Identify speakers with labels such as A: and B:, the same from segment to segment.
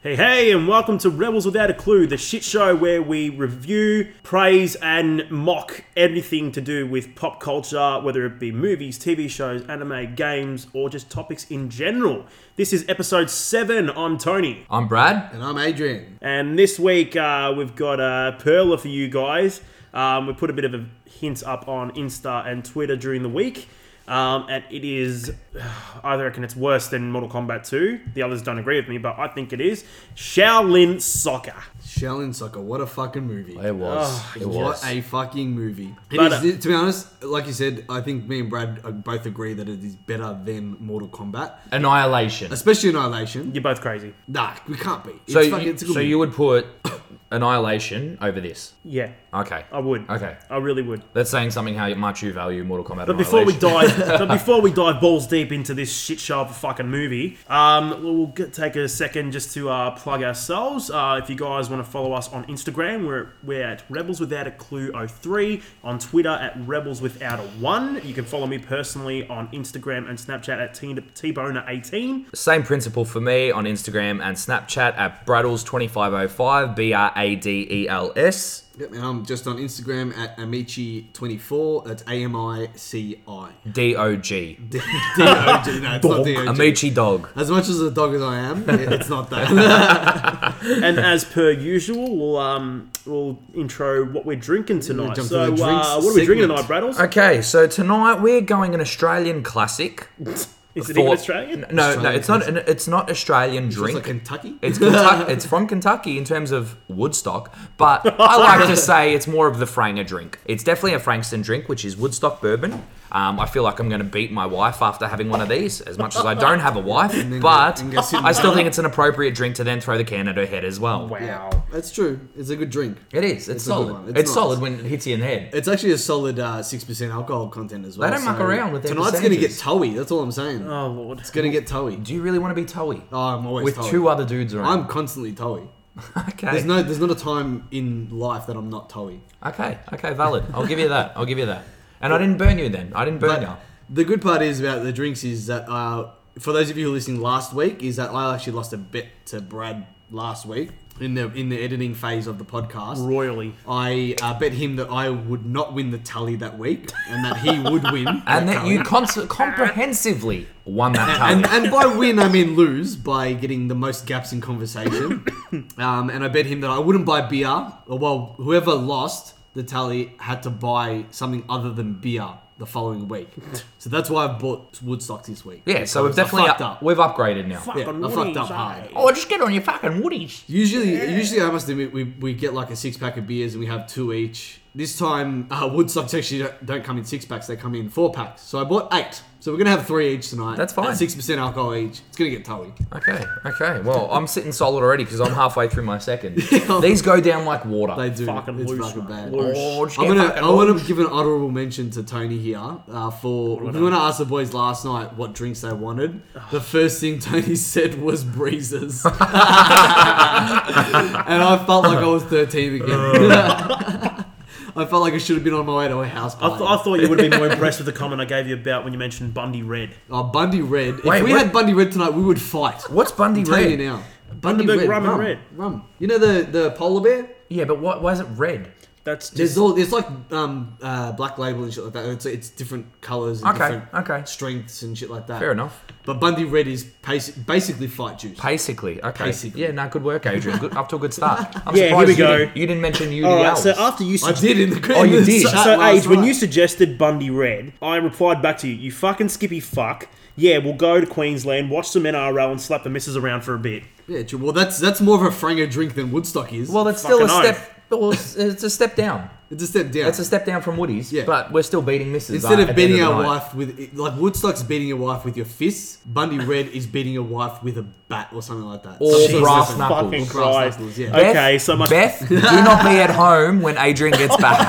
A: Hey, hey, and welcome to Rebels Without a Clue, the shit show where we review, praise, and mock everything to do with pop culture, whether it be movies, TV shows, anime, games, or just topics in general. This is episode 7. I'm Tony.
B: I'm Brad.
C: And I'm Adrian.
A: And this week uh, we've got a perler for you guys. Um, we put a bit of a hint up on Insta and Twitter during the week. Um, and it is, I reckon it's worse than Mortal Kombat 2. The others don't agree with me, but I think it is. Shaolin Soccer.
C: Shaolin Soccer, what a fucking movie.
B: It was. it
C: Oh, What
B: was.
C: a fucking movie. It
A: But,
C: is- to be honest, like you said, I think me and Brad uh, both agree that it is better than Mortal Kombat,
B: Annihilation.
C: especially Annihilation.
A: You're both crazy.
C: Nah, we can't be. It's
B: So,
C: fucking,
B: you,
C: it's a good
B: so
C: movie.
B: you would put Annihilation over this?
A: Yeah,
B: Okay.
A: I would.
B: Okay.
A: I really would.
B: That's saying something how much you value Mortal Kombat.
A: But before we dive, but before we dive balls deep into this shit show of a fucking movie, um, we'll get, take a second just to uh, plug ourselves. Uh, if you guys want to follow us on Instagram, we're we're at Rebels Without a Clue 03 on Twitter at Rebels Without a One. You can follow me personally on Instagram and Snapchat at T Boner 18.
B: Same principle for me on Instagram and Snapchat at Braddles2505, B R A D E L S.
C: Yep, and I'm just on Instagram at Amici24. That's A M I C I.
B: D O G.
C: D O G. No, it's not D O G.
B: Amici dog.
C: As much as a dog as I am, it- it's not that.
A: And as per usual, we'll um we'll intro what we're drinking tonight.
C: jump to
A: So
C: the drinks
A: uh, what are we drinking tonight,
C: segment.
A: Braddles?
B: Okay, so tonight we're going an Australian classic.
A: Is it
B: for-
A: even Australian?
B: No, no,
C: Australian
B: it's not. An, it's not Australian
C: It's
B: drink.
C: like Kentucky.
B: It's Kentucky, it's from Kentucky in terms of Woodstock, but I like to say it's more of the Franger drink. It's definitely a Frankston drink, which is Woodstock bourbon. Um, I feel like I'm going to beat my wife after having one of these, as much as I don't have a wife,
C: then
B: but
C: go- and go sit in
B: I
C: the
B: still
C: car.
B: think it's an appropriate drink to then throw the can at her head as well.
A: Wow.
C: That's true. It's a good drink.
B: It is. It's,
C: It's a good
B: solid.
C: one.
B: It's,
C: It's nice.
B: solid when it hits you in the head.
C: It's actually a solid uh, 6% alcohol content as well.
B: They don't muck around with their
C: Tonight's going to get
B: percentages.
C: towy. That's all I'm saying.
A: Oh lord.
C: It's going to get towy.
B: Do you really want to be toey?
C: Oh, I'm always
B: With
C: towy.
B: two other dudes
C: I'm
B: around.
C: constantly towy.
B: okay.
C: There's no, there's not a time in life that I'm not towy.
B: okay. Okay. Valid. I'll give you that. I'll give you that. And I didn't burn you then. I didn't burn
C: But
B: you.
C: the good part is about the drinks is that uh, for those of you who are listening last week is that I actually lost a bet to Brad last week in the in the editing phase of the podcast.
A: Royally.
C: I uh, bet him that I would not win the tally that week, and that he would win.
B: and that
C: tally.
B: you cons- comprehensively won that
C: and,
B: tally.
C: and by win I mean lose by getting the most gaps in conversation. um, and I bet him that I wouldn't buy beer. Or well, whoever lost the tally had to buy something other than beer the following week. So that's why I bought Woodstock this week.
B: Yeah, so we've
C: Because I
B: definitely
C: fucked
B: up-
C: up.
B: we've upgraded now.
A: Fucking
C: I
A: Woodies,
C: fucked up
A: eh?
C: hard.
B: Oh, just get on your fucking woodies.
C: Usually, usually I must admit we, we get like a six pack of beers and we have two each. This time, uh, Woodstocks actually don't, don't come in six packs; they come in four packs. So I bought eight. So we're gonna have three each tonight.
B: That's fine.
C: Six percent alcohol each. It's gonna get towy.
B: Okay, okay. Well, I'm sitting solid already because I'm halfway through my second. These go down like water.
C: They do.
A: Fucking
C: it's
A: loose,
C: fucking
A: mate.
C: bad.
A: Loose.
B: Oh, just
C: I'm
B: get
C: gonna,
B: fucking
C: I want
B: on.
C: to give an honourable mention to Tony here uh, for. We want to ask the boys last night what drinks they wanted. The first thing Tony said was breezes, and I felt like I was 13 again. I felt like I should have been on my way to a house
A: I,
C: party.
A: th- I thought you would have been more impressed with the comment I gave you about when you mentioned Bundy Red.
C: oh, Bundy Red.
B: Wait,
C: if we
B: what-
C: had Bundy Red tonight, we would fight.
B: What's Bundy
C: I'm telling you
B: red?
C: now. Bundy
A: Bundaberg
C: Red
A: rum and
C: rum,
A: red.
C: rum. You know the the polar bear.
B: Yeah, but why, why is it red?
A: That's
C: There's
A: just
C: all there's like um uh black label and shit like that. It's, it's different colors and
B: Okay,
C: different
B: okay.
C: strengths and shit like that.
B: Fair enough.
C: But Bundy Red is basi- basically fight juice.
B: Basically, okay.
C: Basically.
B: Yeah, no, good work, Adrian. Good, up to a good start. I'm
A: Yeah, here
B: surprised
A: we
B: you
A: go.
B: Didn't, you didn't mention UDL.
A: all right. So after you,
C: I
A: sug-
C: did in the
B: Oh, you
C: in the
B: did?
C: chat
A: so
C: last
A: age when
C: night.
A: you suggested Bundy Red, I replied back to you. You fucking skippy fuck. Yeah, we'll go to Queensland, watch some NRL, and slap the missus around for a bit.
C: yeah, true. well that's that's more of a Frango drink than Woodstock is.
B: well,
C: Well,
B: that's still a
A: Fucking
B: step. Well, it's it's a step down.
C: it's a step down.
B: It's a step down from Woody's,
C: Yeah.
B: but we're still beating misses.
C: Instead
B: uh,
C: of
B: at the end
C: beating
B: the
C: our
B: night.
C: wife with like Woodstock's beating your wife with your fists, Bundy Red is beating your wife with a bat or something like that.
B: Or
C: Something
B: Jesus
C: different.
B: brass knuckles.
A: fucking
C: Brass
A: Christ.
C: knuckles, yeah.
B: Beth,
A: Okay, so much.
B: Beth, do not be at home when Adrian gets back.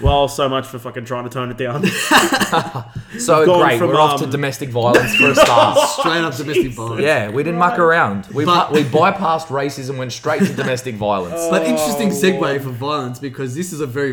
A: Well, so much for fucking trying to tone it down.
B: So
A: Gone
B: great,
A: from,
B: we're off to
A: um,
B: domestic violence for a start.
C: Straight up domestic violence.
B: yeah, we didn't muck around. We
C: But-
B: pu- we bypassed racism, went straight to domestic violence.
A: Oh,
C: But interesting segue for violence because this is a very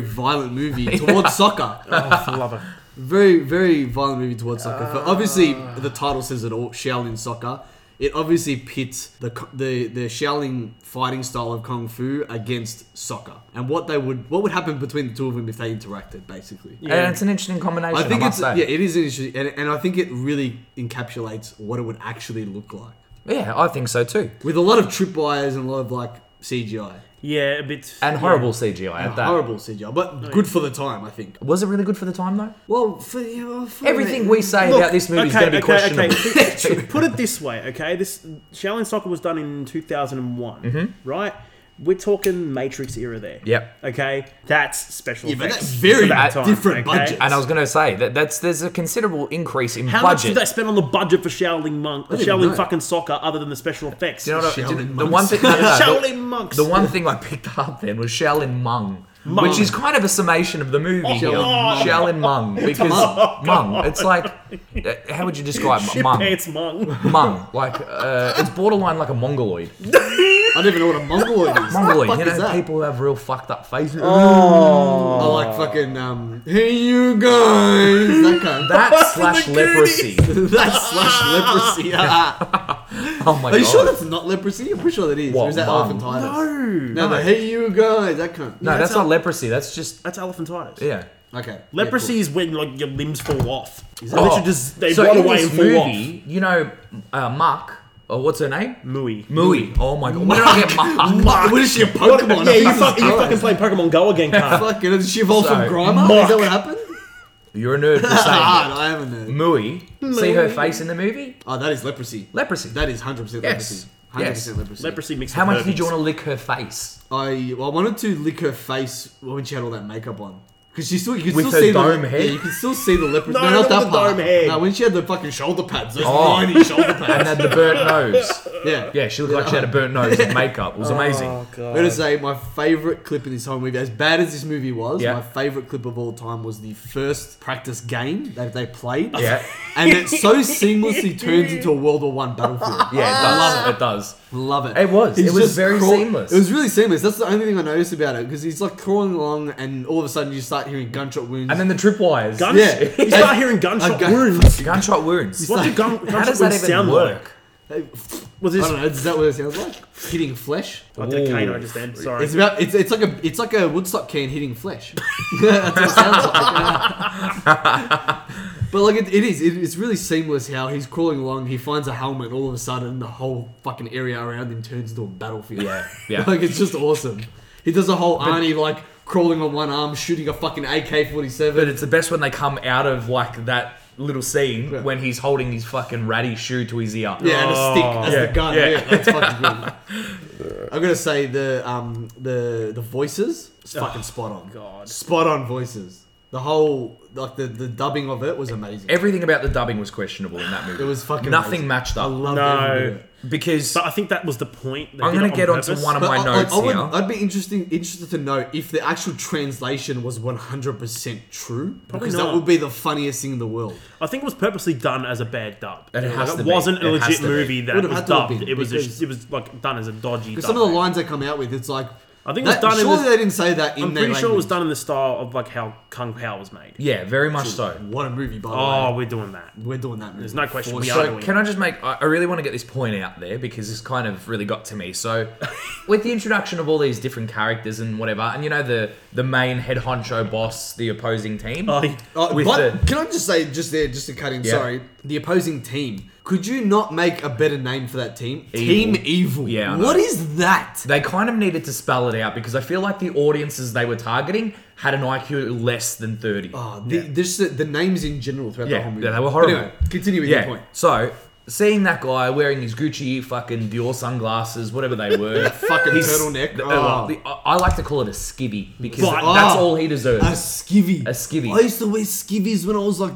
C: violent movie towards soccer.
A: oh, for love it. Ah.
C: Very, very violent movie towards soccer. But obviously, the title says it all. Shaolin soccer. It obviously pits the co- the the Shaolin fighting style of kung fu against soccer, and what they would what would happen between the two of them if they interacted, basically.
A: Yeah.
B: And it's an interesting combination.
C: I think
B: must
C: it's
B: say.
C: yeah, it is interesting, and, and I think it really encapsulates what it would actually look like
B: Yeah, I think so too.
C: with a lot of tripwires and a lot of like CGI,
A: Yeah, a bit.
B: And
A: yeah.
B: horrible CGI at that.
C: horrible CGI, but good for the time, I think.
B: Was it really good for the time though?
C: Well, for, yeah, well, for
B: Everything we say
A: Look,
B: about this movie is
A: okay,
B: going to be
A: okay,
B: questionable.
A: Okay. Put- Put it this way, okay? This Shaolin Soccer was done in 2001, right? We're talking Matrix era there.
B: Mm-hmm. Yep.
A: Okay, that's special
C: Yeah, but
A: effects
C: that's very
A: for that time,
C: different budget.
B: And I was going to say that that's there's a considerable increase in
A: How much
B: budget.
A: did they spend on the budget for Shaolin Monk,
C: didn't
A: Shaolin
C: know.
A: fucking soccer, other than the special effects?
B: Do you know what I-
C: Shaolin
B: do- the
C: monks.
B: one thing no, no, no, the-
A: Shaolin monks.
B: The one thing I picked up then was Shaolin Mung,
A: Mung.
B: which is kind of a summation of the movie. here.
A: God.
B: Shaolin Mung, because
C: Mung.
B: Mung, it's like uh, how would you describe
A: Shit
B: Mung?
A: pants monk.
B: Mung, like uh, it's borderline like a mongoloid.
C: I don't even know what a mongoloid is.
B: Mongoloid,
C: What
B: you
C: the fuck is
B: know,
C: that?
B: people who have real fucked up faces.
A: Oh,
C: I like fucking um. Hey, you guys. That kind.
B: That
A: What's in
B: slash
A: the
B: leprosy.
C: that's slash leprosy. Ah.
B: Oh my
C: Are you
B: god.
C: sure that's not leprosy? I'm pretty sure that is.
B: What,
C: Or is that
B: mum?
C: elephantitis?
A: No,
C: No, the hey you guys, that cunt.
B: no, that's,
A: that's
B: not
A: a-
B: leprosy. That's just
A: that's elephantitis.
B: yeah.
C: Okay.
A: Leprosy
C: Yeah,
A: is when like your limbs fall off. Is
B: Oh.
A: Literally just they
B: so
A: rot
B: in
A: away
B: this
A: and fall off.
B: movie, you know, uh, Mark. Oh, what's her name?
A: Mooey.
B: Mui. Oh my god. Where did I get Mark?
C: cool. Mark, Ah, what is she a
A: What
C: Pokemon?
A: about- yeah, you,
C: Jesus
A: fuck, you
C: Christ.
A: fucking playing Pokemon Go again, Carl.
C: Fucking, did she evolve from
B: So,
C: Grimer? Is that what happened?
B: You're a nerd for saying
C: Ah, I haven't heard.
B: Mui. See her face in the movie?
C: Oh, that is leprosy.
B: Leprosy.
C: That is
B: Yes.
C: 100% leprosy. 100%
B: Yes.
C: leprosy.
A: Leprosy mixed
B: How
A: with
B: much did you
A: herpes.
B: want to lick her face?
C: I, well, I wanted to lick her face when she had all that makeup on. Because she still, you could
B: With
C: still
B: her
C: see
B: dome
C: the,
B: head?
C: Yeah, you could still see the leprosy.
A: No,
C: No,
A: not
C: not that
A: the
C: part.
A: dome head.
C: No, when she had the fucking shoulder pads, those
B: Oh.
C: tiny shoulder pads.
B: And had the burnt nose.
C: Yeah.
B: Yeah, she looked like she had a burnt nose and makeup. It was amazing.
A: Oh, God.
C: I'm gonna say my favorite clip in this whole movie, as bad as this movie was,
B: Yeah.
C: my favorite clip of all time was the first practice game that they played.
B: Yeah.
C: And it so seamlessly turns into a World War One battlefield.
B: Yeah,
A: Ah.
B: it does. It does.
C: Love it.
B: It was.
C: He's
B: It was
C: just
B: very
C: crawl-
B: seamless.
C: It was really seamless. That's the only thing I noticed about it because he's like crawling along, and all of a sudden you start hearing gunshot wounds.
B: And then the tripwires.
A: Gun-
C: Yeah.
A: You start hearing gunshot
C: Okay.
A: wounds.
B: Gunshot wounds.
A: What do gun,
B: How
A: gunshot
B: does that
A: wounds
B: even
A: sound like?
B: work?
A: Was
C: I
A: this?
C: don't know. Is that what it sounds like? Hitting flesh.
A: I did a
B: Ooh.
A: canine just then. Sorry.
C: It's about. It's, it's like a. It's like a Woodstock can hitting flesh. That's what it sounds like. but like it, it is. It, it's really seamless how he's crawling along. He finds a helmet. All of a sudden, the whole fucking area around him turns into a battlefield.
B: Yeah, yeah.
C: like it's just awesome. He does a whole Arnie like crawling on one arm, shooting a fucking AK forty
B: But
C: seven.
B: it's the best when they come out of like that little scene when he's holding his fucking ratty shoe to his ear.
C: Yeah, and a
A: Oh.
C: stick as
B: Yeah,
C: the gun.
B: yeah.
C: Yeah, that's fucking good. I'm gonna say the um the the voices. It's fucking spot on.
A: Oh, God.
C: spot on voices. The whole like the, the dubbing of it was amazing.
B: Everything about the dubbing was questionable in that movie.
C: It was fucking
B: nothing
C: amazing.
B: matched
C: I
B: up
C: love
A: No.
C: it.
B: because
A: But I think that was the point. They
B: I'm
A: did
B: gonna
A: it
B: get onto
A: purpose.
B: one of
C: But
B: my
C: I,
B: notes
C: I, I would,
B: here.
C: I'd be interesting interested to know if the actual translation was 100% true
A: Probably
C: because
A: not.
C: that would be the funniest thing in the world.
A: I think it was purposely done as a bad dub.
B: And it
A: Like,
B: has to
A: it
B: be.
A: wasn't a
B: It has
A: legit
B: to be.
A: movie that
C: Would have
A: was
C: had to have
A: dubbed.
C: been,
A: It was
C: because-
A: a, it was like done as a dodgy.
C: Because
A: dub,
C: some of the
A: mate.
C: lines they come out with, it's like
A: I think it was
C: that-
A: done in
C: Surely
A: this-
C: they didn't say that in
A: I'm
C: their
A: pretty sure it was
C: language.
A: done in the style of like how Kung Pao was made.
B: yeah, very much so.
C: What a movie, by the
A: Oh,
C: way.
A: we're doing that.
C: We're doing that movie. There's
A: no question we are.
B: So can I just make? I I really want to get this point out there because this kind of really got to me. So, with the introduction of all these different characters and whatever, and you know the the main head honcho boss, the opposing team.
A: Oh, yeah.
C: Uh,
B: with
C: but
B: the-
C: can I just say, just there, just to cut in,
B: Yeah.
C: sorry, the opposing team. Could you not make a better name for that team?
B: Evil.
C: Team Evil.
B: Yeah, I know.
C: What is that?
B: They kind of needed to spell it out because I feel like the audiences they were targeting had an IQ less than thirty.
C: Oh, the, this, the, the names in general throughout the
B: Yeah,
C: whole movie.
B: yeah, they were horrible.
C: Anyway, continue with
B: yeah.
C: your point.
B: So seeing that guy wearing his Gucci fucking Dior sunglasses, whatever they were,
C: Fucking
B: his-
C: turtleneck.
B: the- uh,
C: Oh.
B: the- I I like to call it a skivvy because
A: Right.
B: that's
C: Oh.
B: all he
C: A
B: deserves.
C: skivvy.
B: A skivvy.
C: I used to wear skivvies when I was like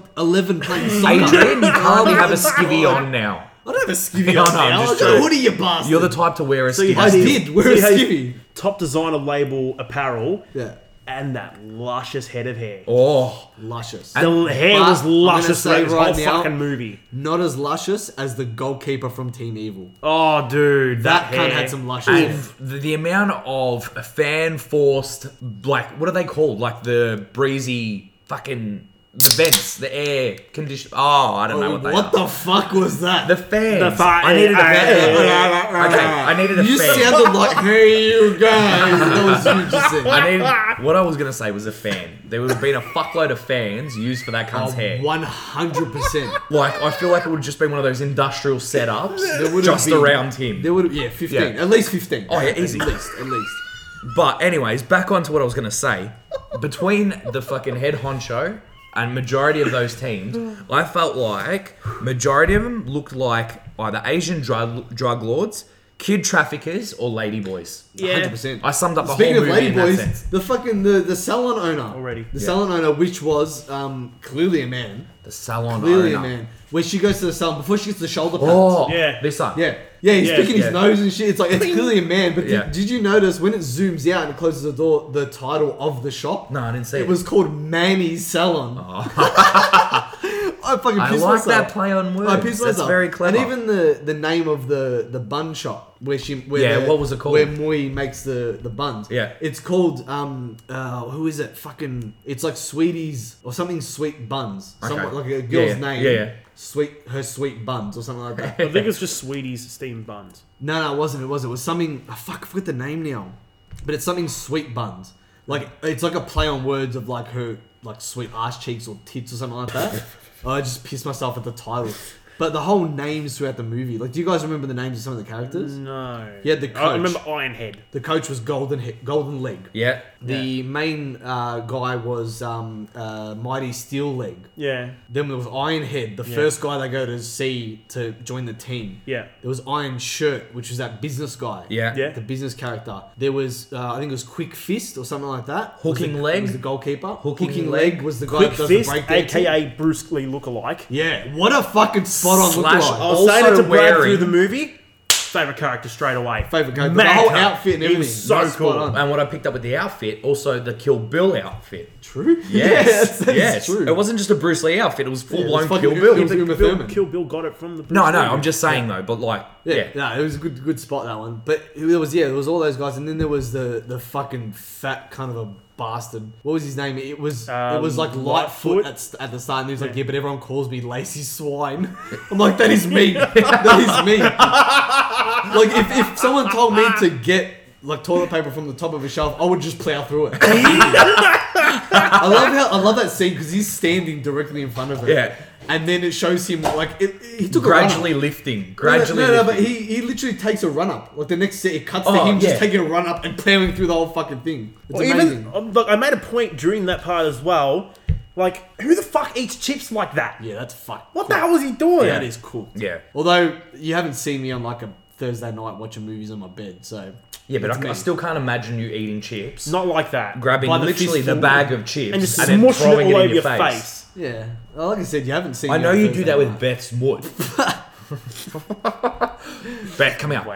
C: 11 playing soccer.
B: Adrian, you can't
C: Oh
B: have a
C: my
B: skivvy
C: God.
B: on now.
C: I don't have a skivvy
B: No,
C: on
B: no, I'm
C: now.
B: just
C: I've got a
B: joking.
C: hoodie, you bastard.
B: You're the type to wear a skivvy.
C: I
A: had
C: did.
A: these-
C: wear a
A: you had these
C: skivvy.
A: Top designer label apparel.
C: Yeah.
A: And that luscious head of hair.
B: Oh,
C: Luscious.
A: the hair
C: but
A: was
C: I'm gonna
A: luscious throughout
C: say
A: this
C: right
A: whole
C: now-
A: fucking movie.
C: Not as luscious as the goalkeeper from Team Evil.
A: Oh, dude, that,
C: That cunt
A: hair.
C: had some luscious.
B: and the, the amount of fan forced, like, what are they called? Like the breezy fucking The vents, the air condition. Oh, I don't know what they
C: What
B: are.
C: the fuck was that?
B: The fans.
A: The fa-
B: I needed a fan. okay,
C: I
B: I needed a
C: You
B: fan.
C: sounded like, hey, you guys. That was you just said.
B: I needed, what I was gonna say was a fan. There would have been a fuckload of fans used for that cunt's hair.
C: One hundred percent.
B: Like, I feel like it would have just been one of those industrial
C: There
B: setups
C: would've
B: just
C: been-
B: around him.
C: There would yeah, fifteen,
B: Yeah.
C: at least fifteen.
B: Oh, yeah, easy.
C: at least, at least.
B: But anyways, back onto what I was gonna say. Between the fucking head honcho and majority of those teams, I felt like majority of them looked like either Asian drug drug lords, kid traffickers, or ladyboys.
A: Yeah.
C: 100%.
B: I summed up the
C: Speaking
B: whole
C: of
B: movie in that sense.
C: ladyboys, the fucking the the salon owner
A: Already.
C: the
B: Yeah.
C: salon owner, which was um, clearly a man,
B: The salon
C: clearly
B: owner.
C: a man, where she goes to the salon before she gets the shoulder pads.
B: Oh,
A: Yeah.
B: This one.
C: Yeah, yeah, he's
A: Yeah.
C: picking
B: Yeah.
C: his nose and shit. It's like it's clearly a man. But did-
B: Yeah.
C: did, you notice when it zooms out and closes the door, the title of the shop?
B: No, I didn't see
C: It
B: it. Oh.
C: was called Manny's Salon. I fucking
B: I
C: pissed
B: like
C: myself.
B: that play on words.
C: I pissed
B: That's
C: myself.
B: very clever.
C: And even the, the name of the, the bun shop where she where
B: Yeah,
C: the-
B: what was it called?
C: Where Mui makes the, the buns.
B: Yeah.
C: it's called um uh, who is it? Fucking it's like Sweeties or something. Sweet buns.
B: Okay.
C: Somewhat like a
B: Yeah,
C: girl's
B: yeah.
C: name.
B: Yeah, yeah.
C: Sweet her sweet buns or something like that.
A: I think it's just Sweeties steamed buns.
C: No, no, it wasn't. It was. It was something. I fuck, I forget the name now. But it's something sweet buns. Like it's like a play on words of like her like sweet ass cheeks or tits or something like that. I just pissed myself at the title. But the whole names throughout the movie. Like, do you guys remember the names of some of the characters?
A: Mm. No.
C: Yeah, the
A: I
C: coach.
A: remember Ironhead.
C: The coach was Golden he- Golden Leg.
B: Yeah.
C: The main uh, guy was um, uh, Mighty Steel Leg.
A: Yeah.
C: Then there was Ironhead, the
A: Yeah.
C: first guy they go to see to join the team.
A: Yeah.
C: There was Iron Shirt, which was that business guy.
B: Yeah.
A: Yeah.
C: The business character. There was, uh, I think it was Quick Fist or something like that. Was
B: Hooking
C: the,
B: Leg?
C: was the goalkeeper.
B: Hooking
C: leg.
B: Leg.
C: was the guy
A: Quick
C: that does the
A: Fist,
C: breakdown.
A: aka Bruce Lee lookalike.
C: Yeah, what a fucking spot on
B: Slash
C: lookalike.
A: I was
B: Also
A: saying it to Brad
B: wearing-
A: through the movie. Favorite character straight away.
C: Favorite character.
A: Mad
C: The whole
A: cut.
C: outfit and
A: He was
C: everything.
A: so
C: That's spot
A: cool.
C: on.
B: And what I picked up with the outfit, also the Kill Bill outfit.
C: True?
B: Yes,
C: that is
B: yes.
C: true.
B: It wasn't just a Bruce Lee outfit; it was full
C: Yeah, it was
B: blown
C: fucking-
B: Kill
C: it
B: Bill.
C: was-
A: Kill
C: Uma
A: Bill,
C: Thurman.
A: Kill Bill got it from the. Bruce
B: No, no.
A: Lee
B: I'm
A: movie.
B: just saying though, but like, yeah,
C: Yeah, no, it was a good good spot that one. But there was yeah, there was all those guys, and then there was the the fucking fat kind of a bastard. What was his name? It was it was like
A: Um,
C: Lightfoot
A: Lightfoot.
C: at, st- at the start, and he was like,
A: Yeah.
C: yeah, but everyone calls me Lacy Swine. I'm like, that is me. that is me. like if if someone told me to get. Like toilet paper from the top of a shelf, I would just plow through it. I love how I love that scene because he's standing directly in front of her.
B: Yeah.
C: and then it shows him like it, he took a run up.
B: gradually lifting, gradually.
C: No, no, no, but
B: lifting.
C: he, he literally takes a run up. Like the next set, it cuts to
B: Oh,
C: him just
B: yeah.
C: taking a run up and plowing through the whole fucking thing. It's
A: Well,
C: amazing.
A: even um, look, I made a point during that part as well. Like, who the fuck eats chips like that?
C: yeah, that's fucked.
A: What the hell was he doing?
C: That is cool.
B: Yeah.
C: Although you haven't seen me on like a Thursday night watching movies on my bed, so
B: yeah, but
C: it's
B: I, I
C: me.
B: still can't imagine you eating chips,
A: not like that.
B: grabbing
C: by the
B: literally the
C: fistful.
B: bag of chips
A: and just
B: then
A: smushing
B: throwing
A: it all
B: in
A: over
B: your
A: your
B: face.
A: face.
C: yeah. Well, like I said, you haven't seen.
B: I
C: me
B: know
C: on
B: you
C: Thursday
B: do that with
C: night.
B: Beth's wood. Beth, come out.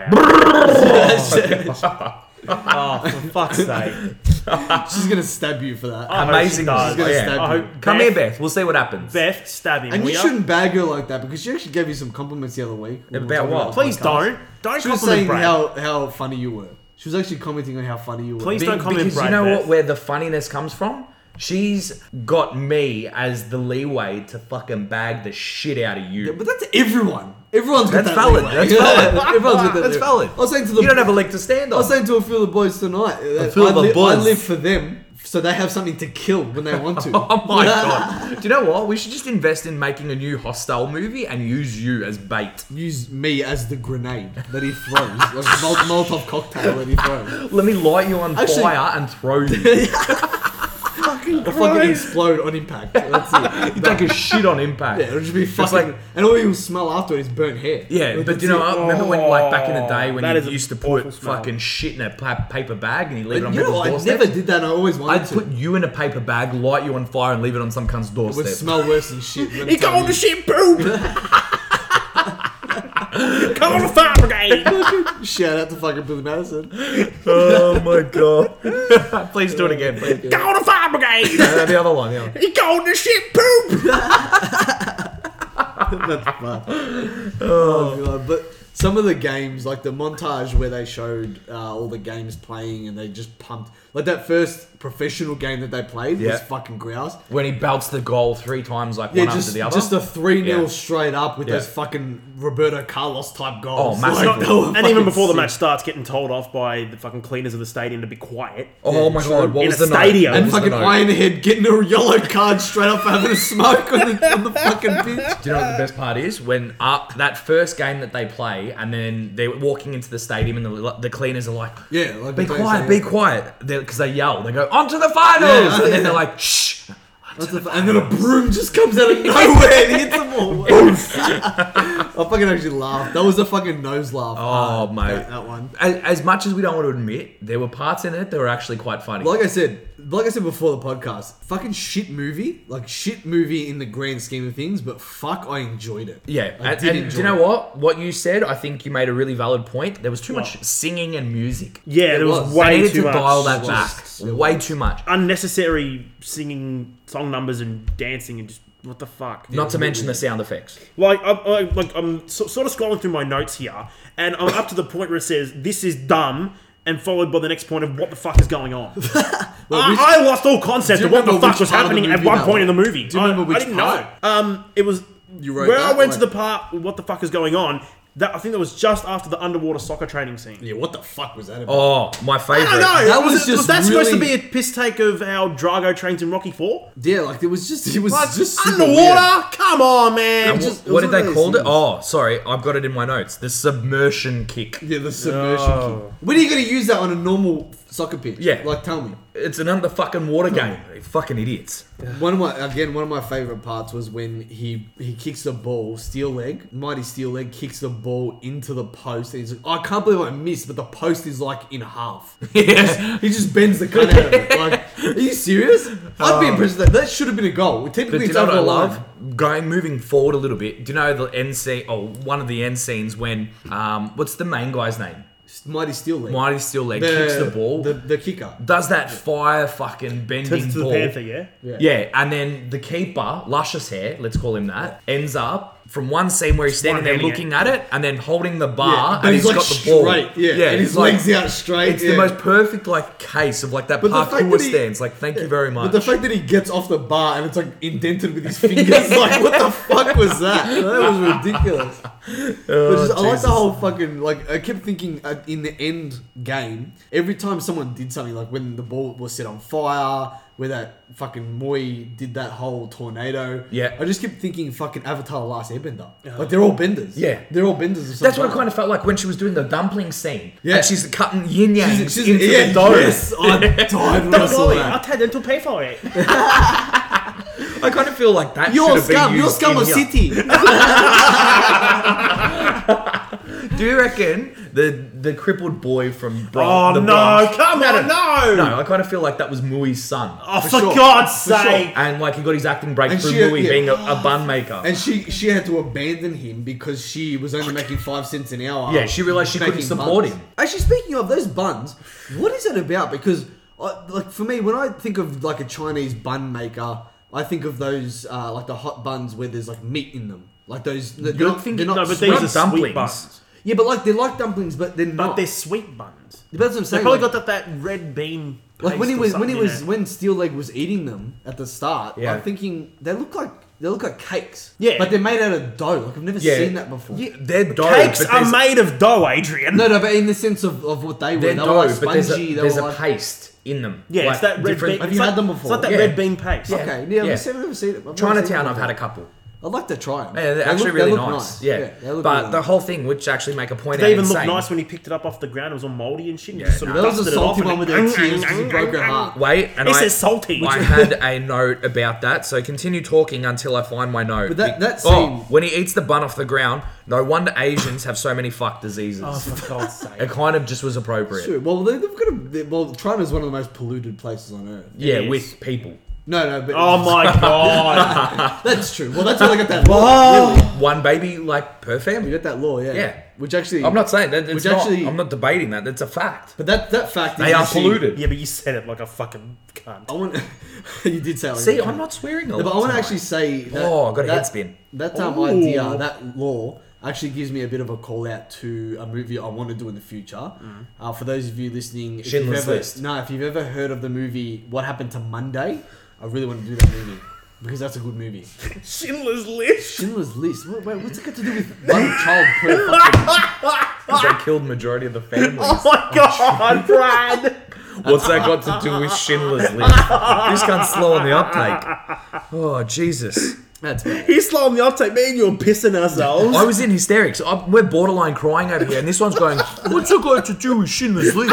A: Wow.
C: Oh,
A: For fuck's sake.
C: she's gonna stab you for
B: Oh,
C: that. Um,
A: I hope
B: Amazing.
A: she does.
C: She's gonna
B: Yeah.
C: stab
A: I
C: you.
A: hope
B: Come
A: Beth,
B: here, Beth. We'll see what happens.
A: Beth, stab him.
C: and
A: will
C: you
A: ya?
C: shouldn't bag her like that because she actually gave you some compliments the other week. when we were
B: About
C: talking
B: what?
C: the
A: Please
C: podcast.
A: don't. Don't
C: She was
A: compliment
C: saying
A: Brad.
C: how, how funny you were. She was actually commenting on how funny you were.
A: Please don't comment,
B: because you
A: Brad,
B: know
A: Beth.
B: what? Where the funniness comes from? She's got me as the leeway to fucking bag the shit out of you.
C: Yeah, but that's everyone. Everyone's got
B: That's
C: that
B: valid.
C: leeway.
B: That's
C: Yeah,
B: valid.
C: Everyone's got that
B: That's
C: leeway.
B: valid.
C: I was saying to the
B: you don't have a leg to stand
C: I
B: on.
C: was saying to a few of the boys tonight. that
B: few
C: I,
B: of the
C: li- I
B: boys.
C: live for them, so they have something to kill when they want to.
B: Oh my god! Do you know what? We should just invest in making a new hostile movie and use you as bait.
C: Use me as the grenade that he throws, like a Mol- Molotov cocktail that he throws.
B: Let me light you on
C: Actually-
B: fire and throw you.
C: Fucking, fucking explode on impact. That's it.
B: you take a shit on impact.
C: Yeah, it'll just be fucking.
B: like-
C: and all you'll smell after it is burnt hair.
B: Yeah,
C: Like,
B: but
C: that's
B: you know,
C: it.
B: I remember when, like, back in the day when
A: That is
B: you
A: an
B: used to put
A: awful smell.
B: fucking shit in a pa- paper bag and you leave it on
C: But you know,
B: people's
C: what? I
B: doorstep?
C: never did that. and I always wanted
B: I'd
C: to.
B: put you in a paper bag, light you on fire, and leave it on some cunt's
C: it would
B: doorstep.
C: smell worse than shit. let me
A: He
C: tell
A: got on
C: you.
A: the shit poop! Come on the fire brigade!
C: Shout out to fucking Billy Madison.
B: oh my god! please do it again. Please.
A: Go on the fire brigade!
B: No, the other one. The other one.
A: He got on the shit poop!
C: That's fun. oh god! But some of the games, like the montage where they showed uh, all the games playing and they just pumped. Like that first professional game that they played
B: Yeah.
C: was fucking grouse.
B: When he belts the goal three times, like
C: Yeah,
B: one
C: just,
B: after the other.
C: just a 3 0
B: Yeah.
C: straight up with
B: Yeah.
C: those fucking Roberto Carlos type goals.
B: Oh, massive.
C: Like, they were
A: and even
C: fucking
A: before the
C: sick.
A: match starts, getting told off by the fucking cleaners of the stadium to be quiet.
B: oh my god, what
A: in
B: was
A: a
B: the note?
A: stadium.
B: What
A: And
C: And
B: was the
C: fucking
B: note?
C: Ironhead getting a yellow card straight up for having a smoke on the, on the fucking pitch.
B: Do you know what the best part is? When uh, that first game that they play, and then they're walking into the stadium, and the, the cleaners are like,
C: Yeah, like
B: be
C: the
B: quiet, be
C: players
B: quiet," because they yell. They go, "On to the finals!"
C: Yeah. Uh,
B: and then they're like, "Shh."
C: say- And then a broom just comes out of nowhere and hits them all. Oof. I fucking actually laughed. That was a fucking nose laugh.
B: Oh,
C: Uh,
B: mate.
C: That, that one.
B: As, as much as we don't want to admit, there were parts in it that were actually quite funny.
C: Like I said, like I said before the podcast, fucking shit movie. Like shit movie in the grand scheme of things, but fuck, I enjoyed it.
B: yeah,
C: I
B: and, and
C: did
B: do
C: enjoy
B: you know
C: it.
B: what? What you said, I think you made a really valid point. There was too much
A: What?
B: singing and music.
A: Yeah, there was,
C: was.
B: I
A: way
B: needed
A: too
B: to
A: much
B: dial that
C: Just-
B: back. Way too much.
A: unnecessary singing song numbers and dancing and just what the fuck.
B: Not to mention the sound effects.
A: Like I'm I, like I'm so, sort of scrolling through my notes here, and I'm up to the point where it says this is dumb. And followed by the next point of what the fuck is going on.
B: Ah,
A: I,
C: which-
A: I lost all concept
C: Do you
A: of what the
C: remember
A: fuck
C: which
A: was
C: part of the
A: happening at
C: movie
A: one
C: that
A: point in the
C: was?
A: movie.
C: Do you remember
A: I,
C: which
A: I didn't
C: part?
A: know. Um, it was
C: You wrote
A: where I
C: that,
A: went to
C: like-
A: the part what the fuck is going on. That I think that was just after the underwater soccer training scene.
C: Yeah, what the fuck was that about?
B: Oh, my favorite.
A: I don't know.
C: That
A: was,
C: was
A: it- was
C: just
A: that supposed to be
C: really-
A: a piss take of how Drago trains in Rocky Four?
C: Yeah, like it was just it was
A: Like,
C: just super
A: underwater?
C: weird.
A: Come on, man.
B: And wh-
C: just- it
B: what
C: was
B: did
C: one
B: they
C: of
B: call
C: those
B: it? Oh, sorry, I've got it in my notes. The submersion kick.
C: Yeah, the submersion
A: No.
C: kick. When are you going to use that on a normal soccer pitch?
B: Oh. Yeah.
C: Like, tell me.
B: It's an under fucking water game. Fucking idiots.
C: One of my again, one of my favorite parts was when he he kicks the ball, steel leg, mighty steel leg kicks the ball into the post, and he's like, "Oh, I can't believe I missed, but the post is like in half.
B: Yeah.
C: He just bends the cut out of it. Like, are you serious? I'd be impressed with that that should have been a goal.
B: Um, But
C: Typically,
B: do you
C: it's
B: know
C: over
B: what I
C: the line.
B: love? Going moving forward a little bit. Do you know the end scene? Oh, one of the end scenes when um, what's the main guy's name?
C: Mighty steel leg.
B: Mighty Steel Leg kicks the ball,
C: The, the kicker.
B: does that fire fucking bending
A: Turns to
B: ball.
A: the Panther, yeah.
B: Yeah, and then the keeper, luscious hair, let's call him that, ends up from one scene where he's standing there
A: Spider-Man-ing
B: looking at it and then holding the
C: Yeah,
B: bar
C: but
B: Ah, and he's
C: like
B: got the
C: straight,
B: ball.
C: Yeah, and his
B: it's like-
C: legs out straight.
B: It's
C: yeah.
B: the most perfect like case of like that
C: But the fact
B: parkour
C: that he-
B: stance. Like, thank you very
C: But
B: much.
C: the fact that he gets off the bar and it's like indented with his fingers, like what the fuck was that? That was ridiculous.
B: Oh,
C: But just- I like the whole fucking like. I kept thinking uh, in the end game, every time someone did something, like when the ball was set on fire, where that fucking Moi did that whole tornado.
B: Yeah.
C: I just kept thinking fucking Avatar: The Last Airbender. Like they're all benders.
B: Yeah.
C: they're all benders. Of some
B: That's what I
C: kind.
B: kind of felt like when she was doing the dumpling scene. Yeah,
C: Yeah.
B: and she's cutting yin yangs
C: She's-
B: into
C: yeah,
B: the dough.
C: Yes, I died when I
A: Don't
C: saw
A: worry,
C: that.
A: I'll tell them to pay for it.
B: I kind of feel like that.
C: Your
B: should have been
C: scum, your
B: used
C: scum
B: in
C: of
B: here.
C: city.
B: Do you reckon the the crippled boy from Bro-
A: Oh
B: the
A: no!
B: Bronx-
A: Come on, no!
B: No, I kind of feel like that was Mui's son,
A: Oh, for,
C: For sure.
A: God's
C: For sure.
A: sake!
B: and like he got his acting break
C: And
B: through
C: she-
B: Mui
C: yeah.
B: being a, a bun maker.
C: And she she had to abandon him because she was only making five cents an hour.
B: Yeah, she realised she couldn't
C: making
B: support
C: buns.
B: him.
C: Actually, speaking of those buns, what is it about? Because I, like for me, when I think of like a Chinese bun maker, I think of those uh, like the hot buns where there's like meat in them, like those. They're
B: You're
C: not,
B: thinking-
C: they're not
A: No, but
C: sweet.
A: these
B: Not
A: are
B: dumplings.
A: sweet buns.
C: yeah, but like they're like dumplings, but they're
A: But
C: not.
A: they're sweet buns.
C: But that's what I'm
A: They
C: saying.
A: probably
C: like-
A: got that, that red bean.
C: like when
A: paste
C: he
A: or
C: was when he
A: something in
C: was
A: it.
C: when Steel Leg was eating them at the start,
B: Yeah.
C: I'm thinking they look like they look like cakes.
A: Yeah.
C: but they're made out of dough. Like I've never
B: Yeah.
C: seen that before.
B: Yeah, they're dough.
A: Cakes
B: but
A: are
B: there's-
A: made of dough, Adrian.
C: No, no, but in the sense of, of what they were,
B: They're
C: they
B: dough,
C: were like
B: but there's a,
C: spongy. they
B: there's
C: were
B: a
C: like,
B: paste in them.
A: yeah,
B: Like,
A: it's that red
B: different-
A: bean.
C: Have
A: it's
C: you
A: like-
C: had them before?
A: It's like that
B: Yeah.
A: red bean paste.
B: Yeah.
C: Okay, yeah,
B: Yeah.
C: I've never seen it. I've never seen
B: Chinatown,
C: it
B: I've had a
C: before.
B: couple.
C: I'd like to try them.
B: Yeah, they're
C: They
B: actually
C: look- they
B: really
C: look
B: nice. Yeah,
C: they look
B: but
C: really
B: the
C: nice.
B: whole thing, which actually make a point,
A: They
B: out
A: even
B: insane.
A: looked nice when he picked it up off the ground. It was all moldy and shit. And
B: Yeah,
A: just sort of
C: That was a
A: dusted it off
C: salty
A: and
C: one with
A: it-
C: their tears because he broke her heart.
B: Wait, and
A: It
B: I,
A: says salty.
B: I had a note about that, so continue talking until I find my note.
C: But that- that
B: Oh,
C: scene-
B: when he eats the bun off the ground, no wonder Asians have so many fuck diseases.
A: Oh, for God's sake!
B: It kind of just was appropriate.
C: Sure, Well, they, they've got a, they, well, China's one of the most polluted places on earth.
B: Yeah,
A: It is.
B: with people.
C: No, no, but
A: Oh my God!
C: that's true. Well, that's where they got that law.
B: Oh, one baby like per
C: You
B: family.
C: got that law, yeah.
B: Yeah.
C: Which actually,
B: I'm not saying that. It's
C: Which
B: not,
C: actually-
B: I'm not debating that. That's a fact.
C: But that that fact
B: They
C: is
B: are
C: actually-
B: polluted.
A: yeah, but you said it like a fucking cunt.
C: I want. you did say it like
B: See,
C: that.
B: I'm not swearing a
C: No,
B: lot.
C: but I want to
B: tonight.
C: actually say. That,
B: Oh, I got a
C: that,
B: head spin.
C: That um,
A: Ooh.
C: idea, that law, actually gives me a bit of a call out to a movie I want to do in the future. Uh, for those of you listening, if you've
B: Schindler's
C: ever,
B: List.
C: No, if you've ever heard of the movie What Happened to Monday, I really want to do that movie because that's a good movie.
A: Schindler's List.
C: Schindler's List. Wait, wait, what's it got to do with one child per fucking...
B: Because they killed majority of the families.
A: Oh my god, Brad!
B: What's that got to do with Schindler's List? This cunt's slow on the uptake. Oh Jesus!
C: That's bad.
A: He's slow on the uptake. Me and you are pissing ourselves.
B: I was in hysterics. I, we're borderline crying over here, and this one's going. What's it got to do with Schindler's List?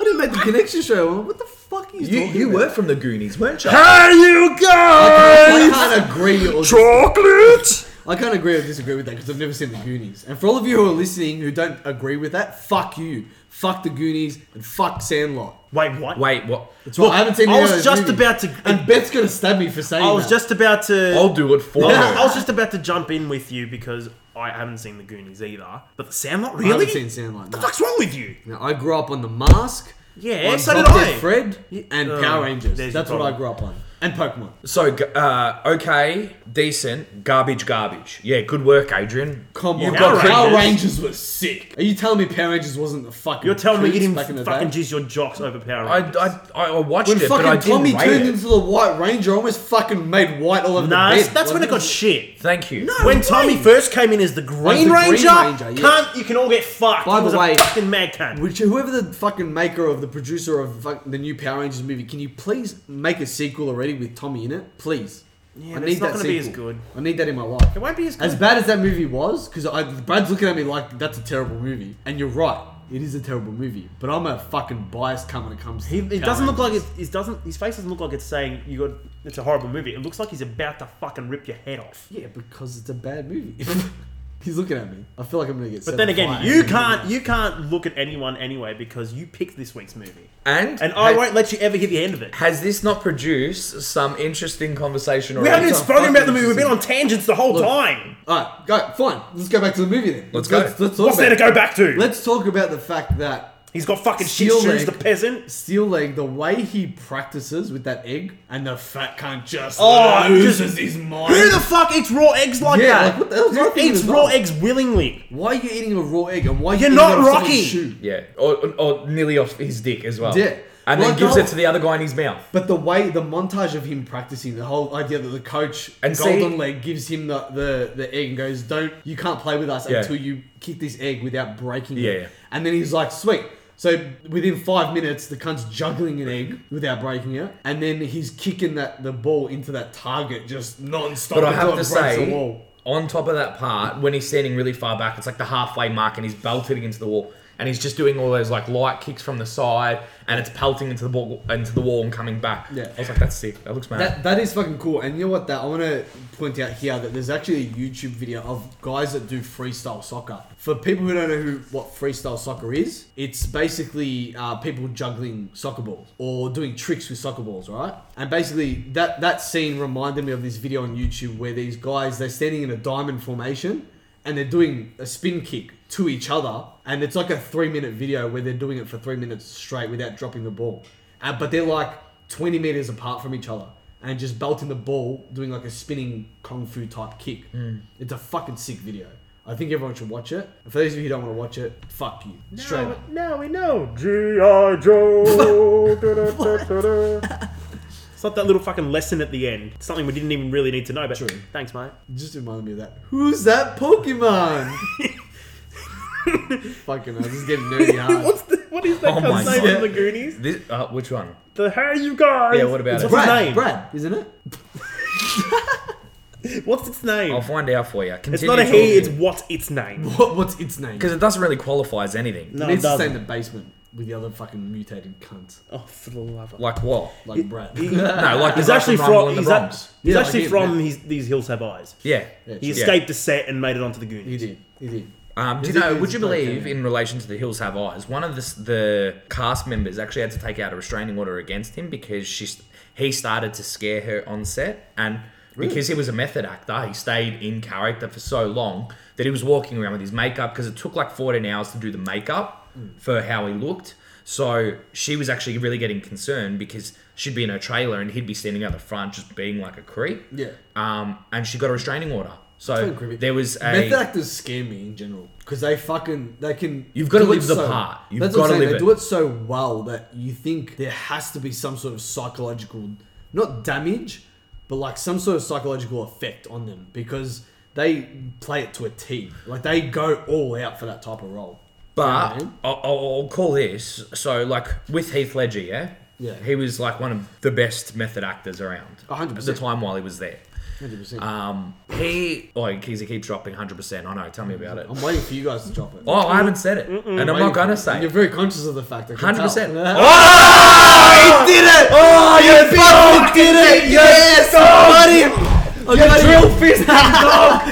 C: I didn't make the connection show. What the fuck are you,
B: You,
C: talking
B: you
C: about?
B: were from the Goonies, weren't you?
A: Hey, you guys!
C: I can't agree or
A: Chocolate!
C: I can't agree or disagree with that because I've never seen the Goonies. And for all of you who are listening who don't agree with that, fuck you. Fuck the Goonies and fuck Sandlot.
A: Wait, what?
B: Wait, what?
C: That's what I haven't seen.
A: I
C: any of
A: was
C: those
A: just
C: movies.
A: about to-
C: And Beth's gonna stab me for saying
A: I was
C: that.
A: just about to.
C: Oh,
B: I'll do it for
A: I was, I
B: her.
A: was just about to jump in with you because I haven't seen the Goonies either. But the Sandlot,
C: I
A: really?
C: haven't seen Sandlot.
A: What the
C: No.
A: fuck's wrong with you?
C: Now, I grew up on The Mask.
A: Yeah,
C: on
A: so did
C: Drop
A: I.
C: Dead Fred and
A: Oh,
C: Power Rangers.
A: there's
C: That's
A: your
C: what I
A: problem.
C: grew up on. And Pokemon.
B: So, g- uh, okay, decent, garbage, garbage. Yeah, good work, Adrian.
C: Come on,
B: You've
A: Power
B: got
C: Power,
B: credit.
A: Rangers.
C: Rangers were sick. Are you telling me Power Rangers wasn't the fucking?
A: You're telling me you
C: treats
A: didn't
C: back in the
A: fucking
C: day?
A: jizz your jocks over Power
B: I,
A: Rangers.
B: I, I I watched
C: When
B: it, but I
C: fucking
B: didn't
C: Tommy
B: rate
C: turned
B: it.
C: into the White Ranger, I almost fucking made white all over
A: nah,
C: the
A: that's,
C: bed.
A: that's when it
C: Wasn't
A: got shit.
B: Thank you.
A: when Tommy first came in as the Green
C: the Green
A: Ranger,
C: Ranger, yes.
A: can't you can all get fucked.
C: By
A: He
C: the
A: was a
C: way-
A: fucking mad cunt.
C: Which whoever the fucking maker of the producer of fuck, the new Power Rangers movie, can you please make a sequel already with Tommy in it, please? Yeah,
A: but it's not gonna be as good.
C: I need that in my life.
A: It won't be as good.
C: As bad as that movie was, because Brad's looking at me like that's a terrible movie, and you're right, it is a terrible movie. But I'm a fucking biased cum when it comes.
A: He,
C: to
A: it
C: Power
A: doesn't look like
C: Rangers.
A: it, it doesn't. His face doesn't look like it's saying you got. It's a horrible movie. It looks like he's about to fucking rip your head off.
C: Yeah, because it's a bad movie. He's looking at me. I feel like I'm gonna get.
A: But then again, you can't. You can't look at anyone anyway because you picked this week's movie,
B: And,
A: and I
B: ha-
A: won't let you ever hear the end of it.
B: Has this not produced some interesting conversation
A: We
B: already?
A: haven't even
C: so
A: spoken about the
C: fucking
A: movie. We've been on tangents the whole time.
C: All right, go fine. Let's go back to the movie then.
B: Let's go.
C: let's talk
A: What's
C: about
A: there to
C: it.
A: go back to?
C: Let's talk about the fact that
A: he's got fucking shit
C: Steel
A: shoes.
C: leg.
A: The peasant.
C: Steel Leg, the way he practices with that egg, and the fat cunt just
A: Oh,
C: loses
A: just-
C: his mind.
A: Who the fuck eats raw eggs like
C: Yeah,
A: that?
C: like, what the hell's wrong with
A: Who eats
C: you?
A: raw eggs willingly?
C: why are you eating a raw egg? And why are you
A: You're
C: eating
A: not
C: it off someone's
A: Rocky.
C: shoe?
B: Yeah, or, or nearly off his dick as well.
C: Yeah.
B: And then
C: Well,
B: gives
C: no.
B: it to the other guy in his mouth.
C: But the way the montage of him practicing, the whole idea that the coach
B: And
C: Golden
B: see-
C: Leg gives him the, the, the egg and goes, "Don't you can't play with us
B: Yeah.
C: until you kick this egg without breaking
B: Yeah,
C: it."
B: yeah.
C: And then he's like, "Sweet." So within five minutes, the cunt's juggling an egg without breaking it, and then he's kicking that the ball into that target just non-stop.
B: But I
C: until
B: have to
C: it breaks the
B: say,
C: wall.
B: on top of that part, when he's standing really far back, it's like the halfway mark and he's belted against the wall. And he's just doing all those like light kicks from the side and it's pelting into the ball into the wall and coming back.
C: Yeah.
B: I was like, that's sick. That looks mad.
C: That, that is fucking cool. And you know what? That I want to point out here that there's actually a YouTube video of guys that do freestyle soccer. For people who don't know who what freestyle soccer is, it's basically uh, people juggling soccer balls or doing tricks with soccer balls, right? And basically that that scene reminded me of this video on YouTube where these guys they're standing in a diamond formation and they're doing a spin kick to each other, and it's like a three minute video where they're doing it for three minutes straight without dropping the ball. Uh, but they're like 20 meters apart from each other and just belting the ball, doing like a spinning kung fu type kick.
A: Mm.
C: It's a fucking sick video. I think everyone should watch it. And for those of you who don't want to watch it, fuck you. Straight up.
A: Now we know. G.I. Joe. Da-da-da-da-da. It's like that little fucking lesson at the end. Something we didn't even really need to know, but
C: True.
A: thanks, mate.
C: It Just reminded me of that. Who's that Pokemon? fucking hell, this is getting nerdy hard.
A: What's the, what is that
B: Oh my
A: cunt's name
B: God.
A: from the Goonies?
B: this, uh, which one?
A: The Hey You Guys.
B: Yeah, what about
A: It's
B: it?
A: What's
C: Brad,
A: its name?
C: Brad, isn't it?
A: What's its name?
B: I'll find out for Oh, you. Continue
A: it's not a he, it's what its name.
C: What, what's its name?
B: because it doesn't really qualify as anything.
A: No,
C: It needs
A: it
C: to stay in
A: doesn't.
C: the basement with the other fucking mutated cunts
A: Oh, for the love of
B: Like what?
C: like Brad.
A: he-
B: No, like
A: He's
B: the
A: actually
B: Russian Rumble
A: from.
B: and the
A: He's, a-
B: Bronx.
A: he's
C: Yeah,
A: actually
C: like him,
A: from his, these hills have eyes.
B: Yeah.
A: He
C: Yeah.
A: escaped the set and made it onto the
C: He
A: Goonies.
C: did. He did.
B: Um, do you
C: Is it-
B: know?
C: is
B: Would you
C: it okay?
B: believe, in relation to the Hills Have Eyes, one of the, s- the cast members actually had to take out a restraining order against him because she st- he started to scare her on set, and because he was a method actor, he stayed in character for so long that he was walking around with his makeup because it took like fourteen hours to do the makeup
C: Mm.
B: for how he looked. So she was actually really getting concerned because she'd be in her trailer and he'd be standing out the front just being like a creep.
C: Yeah.
B: Um, and she got a restraining order.
D: So there was a
C: method actors scare me in general because they fucking they can.
D: You've gotta
C: do it
D: live the part. You've
C: that's what
D: gotta
C: I'm saying.
D: live
C: They
D: it.
C: do it so well that you think there has to be some sort of psychological, not damage, but like some sort of psychological effect on them because they play it to a T. Like they go all out for that type of role.
D: But
C: Yeah.
D: I'll, I'll I'll call this so like with Heath Ledger, yeah,
C: Yeah.
D: he was like one of the best method actors around
C: A hundred
D: at the
C: percent.
D: time while he was there.
C: 100%.
D: Um, he like he's, he keeps dropping hundred percent. I know. Tell me about it.
C: I'm waiting for you guys to drop it.
D: Oh, I haven't said it, and I'm not gonna say.
C: You're
D: it.
C: very conscious of the fact. I can
D: 100%.
C: tell.
D: Oh,
C: did it!
D: oh, you fucking did it!
C: Yes! I got him! I got him!
D: fisting dog.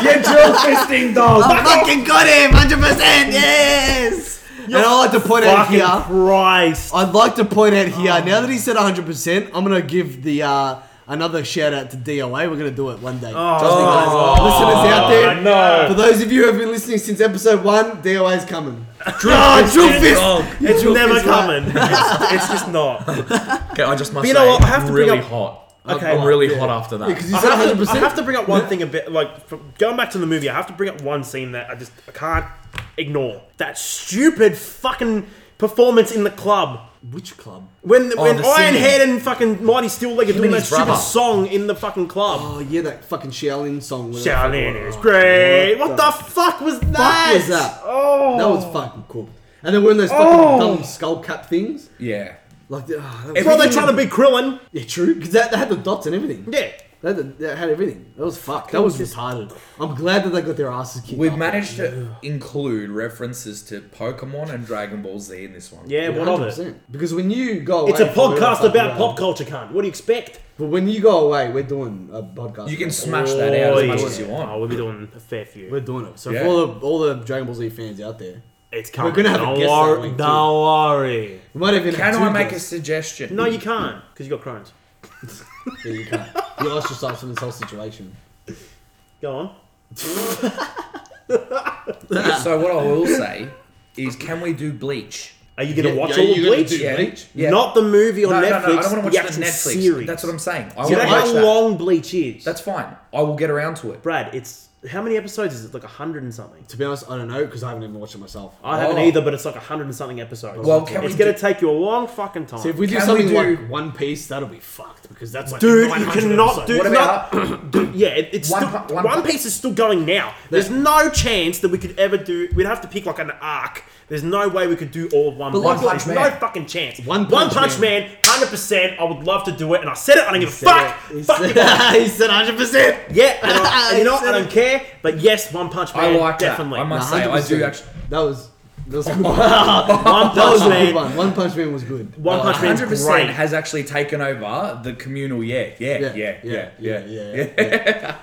D: You drill fisting dog.
C: I fucking got him! 100%! Yes! And I'd like to point out
A: Fucking
C: here,
A: Christ.
C: I'd like to point out here,
A: Oh.
C: now that he said 100%, I'm gonna give the, uh, another shout out to DOA. We're gonna do it one day.
A: Oh.
C: Just in case. Listeners out there,
A: no.
C: for those of you who have been listening since episode one, DOA's coming.
A: Oh,
C: Drill
A: shit.
C: fist!
D: dog.
A: It's
C: Drill
A: never
C: fist,
A: coming. it's, it's just not.
D: Okay, I just must
A: But
D: say,
A: you know what, I have to bring
D: really
A: up-
D: hot.
A: Okay.
D: I'm really hot after that.
C: Because you
A: I
C: said
A: have, to,
C: 100%.
A: I have to bring up one thing a bit like from, going back to the movie. I have to bring up one scene that I just I can't ignore. That stupid fucking performance in the club
C: Which club?
A: when when
D: the
A: Ironhead and fucking Mighty Steel Legged doing
D: and
A: that
D: his brother.
A: stupid song in the fucking club.
C: Oh, yeah, that fucking Shaolin song. whatever the fuck it
A: Shaolin
C: was.
A: is great. What,
C: What
A: the,
C: the
A: fuck was that?
C: fuck was that?
A: Oh,
C: That was fucking cool. And then wearing those fucking dumb skull cap things.
D: yeah.
C: Like, the- ah, that was-
A: Bro, they're trying to be Krillin.
C: yeah, true. Because that, they had the dots and everything.
A: Yeah.
C: They had, the, they had everything. That was fucked. That was retarded. I'm glad that they got their asses kicked.
B: We've
C: up.
B: managed to include references to Pokemon and Dragon Ball Z in this one.
A: Yeah,
C: Yeah,
A: what of it?
C: 100%. Because when you go away.
A: It's a
C: from where the
A: podcast
C: fuck
A: about
C: you are-
A: pop culture, cunt. What do you expect?
C: But when you go away, we're doing a podcast.
B: You can smash that
A: Oh,
B: out as much
A: yeah.
B: as you
A: Oh,
B: want.
A: we'll be doing a fair few.
C: We're doing it. So
B: Yeah.
C: for all the, all the Dragon Ball Z fans out there,
A: It's coming.
C: gonna have a
A: don't
C: guest that
A: worry.
C: week, too.
A: Don't worry.
C: we might even
B: Can
C: have
B: I
C: two
B: make a
C: guests.
B: suggestion?
A: No, you can't because you got Crohn's.
C: Yeah, you can't. You lost yourself from this whole situation.
A: Go on.
B: So what I will say is, can we do Bleach?
A: Are you gonna
C: Yeah,
A: watch
C: yeah,
A: all of
C: you gotta
A: Bleach?
C: do Yeah. Bleach?
B: Yeah.
A: Not the movie on
B: no,
A: Netflix.
B: no, no, I don't want
A: the
B: to watch
A: actual
B: the Netflix.
A: series.
B: That's what I'm saying. I
A: Do you know
B: want to
A: how
B: watch that.
A: long Bleach is?
B: That's fine. I will get around to it.
A: Brad. It's how many episodes is it? Like a hundred and something.
C: To be honest, I don't know because I haven't even watched it myself.
A: I haven't
B: Oh.
A: either, but it's like a hundred and something episodes.
B: Well, can
A: it's
B: we
A: gonna
B: do-
A: take you a long fucking time.
C: So if we do
B: Can we
C: something
B: do-
C: like One Piece, that'll be fucked because that's like
A: Dude, you
C: 900
A: cannot
C: episodes.
A: do
B: What about
A: yeah, it, it's
B: One
A: still,
B: Pu-
A: one,
B: One Pu-
A: Piece is still going now. There's no chance that we could ever do. We'd have to pick like an arc. There's no way we could do all of One Piece.
B: One Punch
A: There's
B: Man.
A: no fucking chance.
C: One Punch
A: Man, hundred percent. I would love to do it, and I said it. I don't give a fuck.
C: He
A: Fuck it.
C: said, he said 100%.
A: Yeah, and I, and you know what? I don't care. But yes, One Punch Man.
B: I like that.
A: definitely.
B: I must say, I do actually.
C: That was. That was a good one. that
A: One
C: was
A: Punch
C: a good
A: Man.
C: one. One Punch Man was good.
A: One
C: I
A: Punch Man's
C: liked it.
B: 100%
A: great.
B: has actually taken over the communal. Yeah, yeah, yeah, yeah, yeah, yeah.
C: yeah, yeah.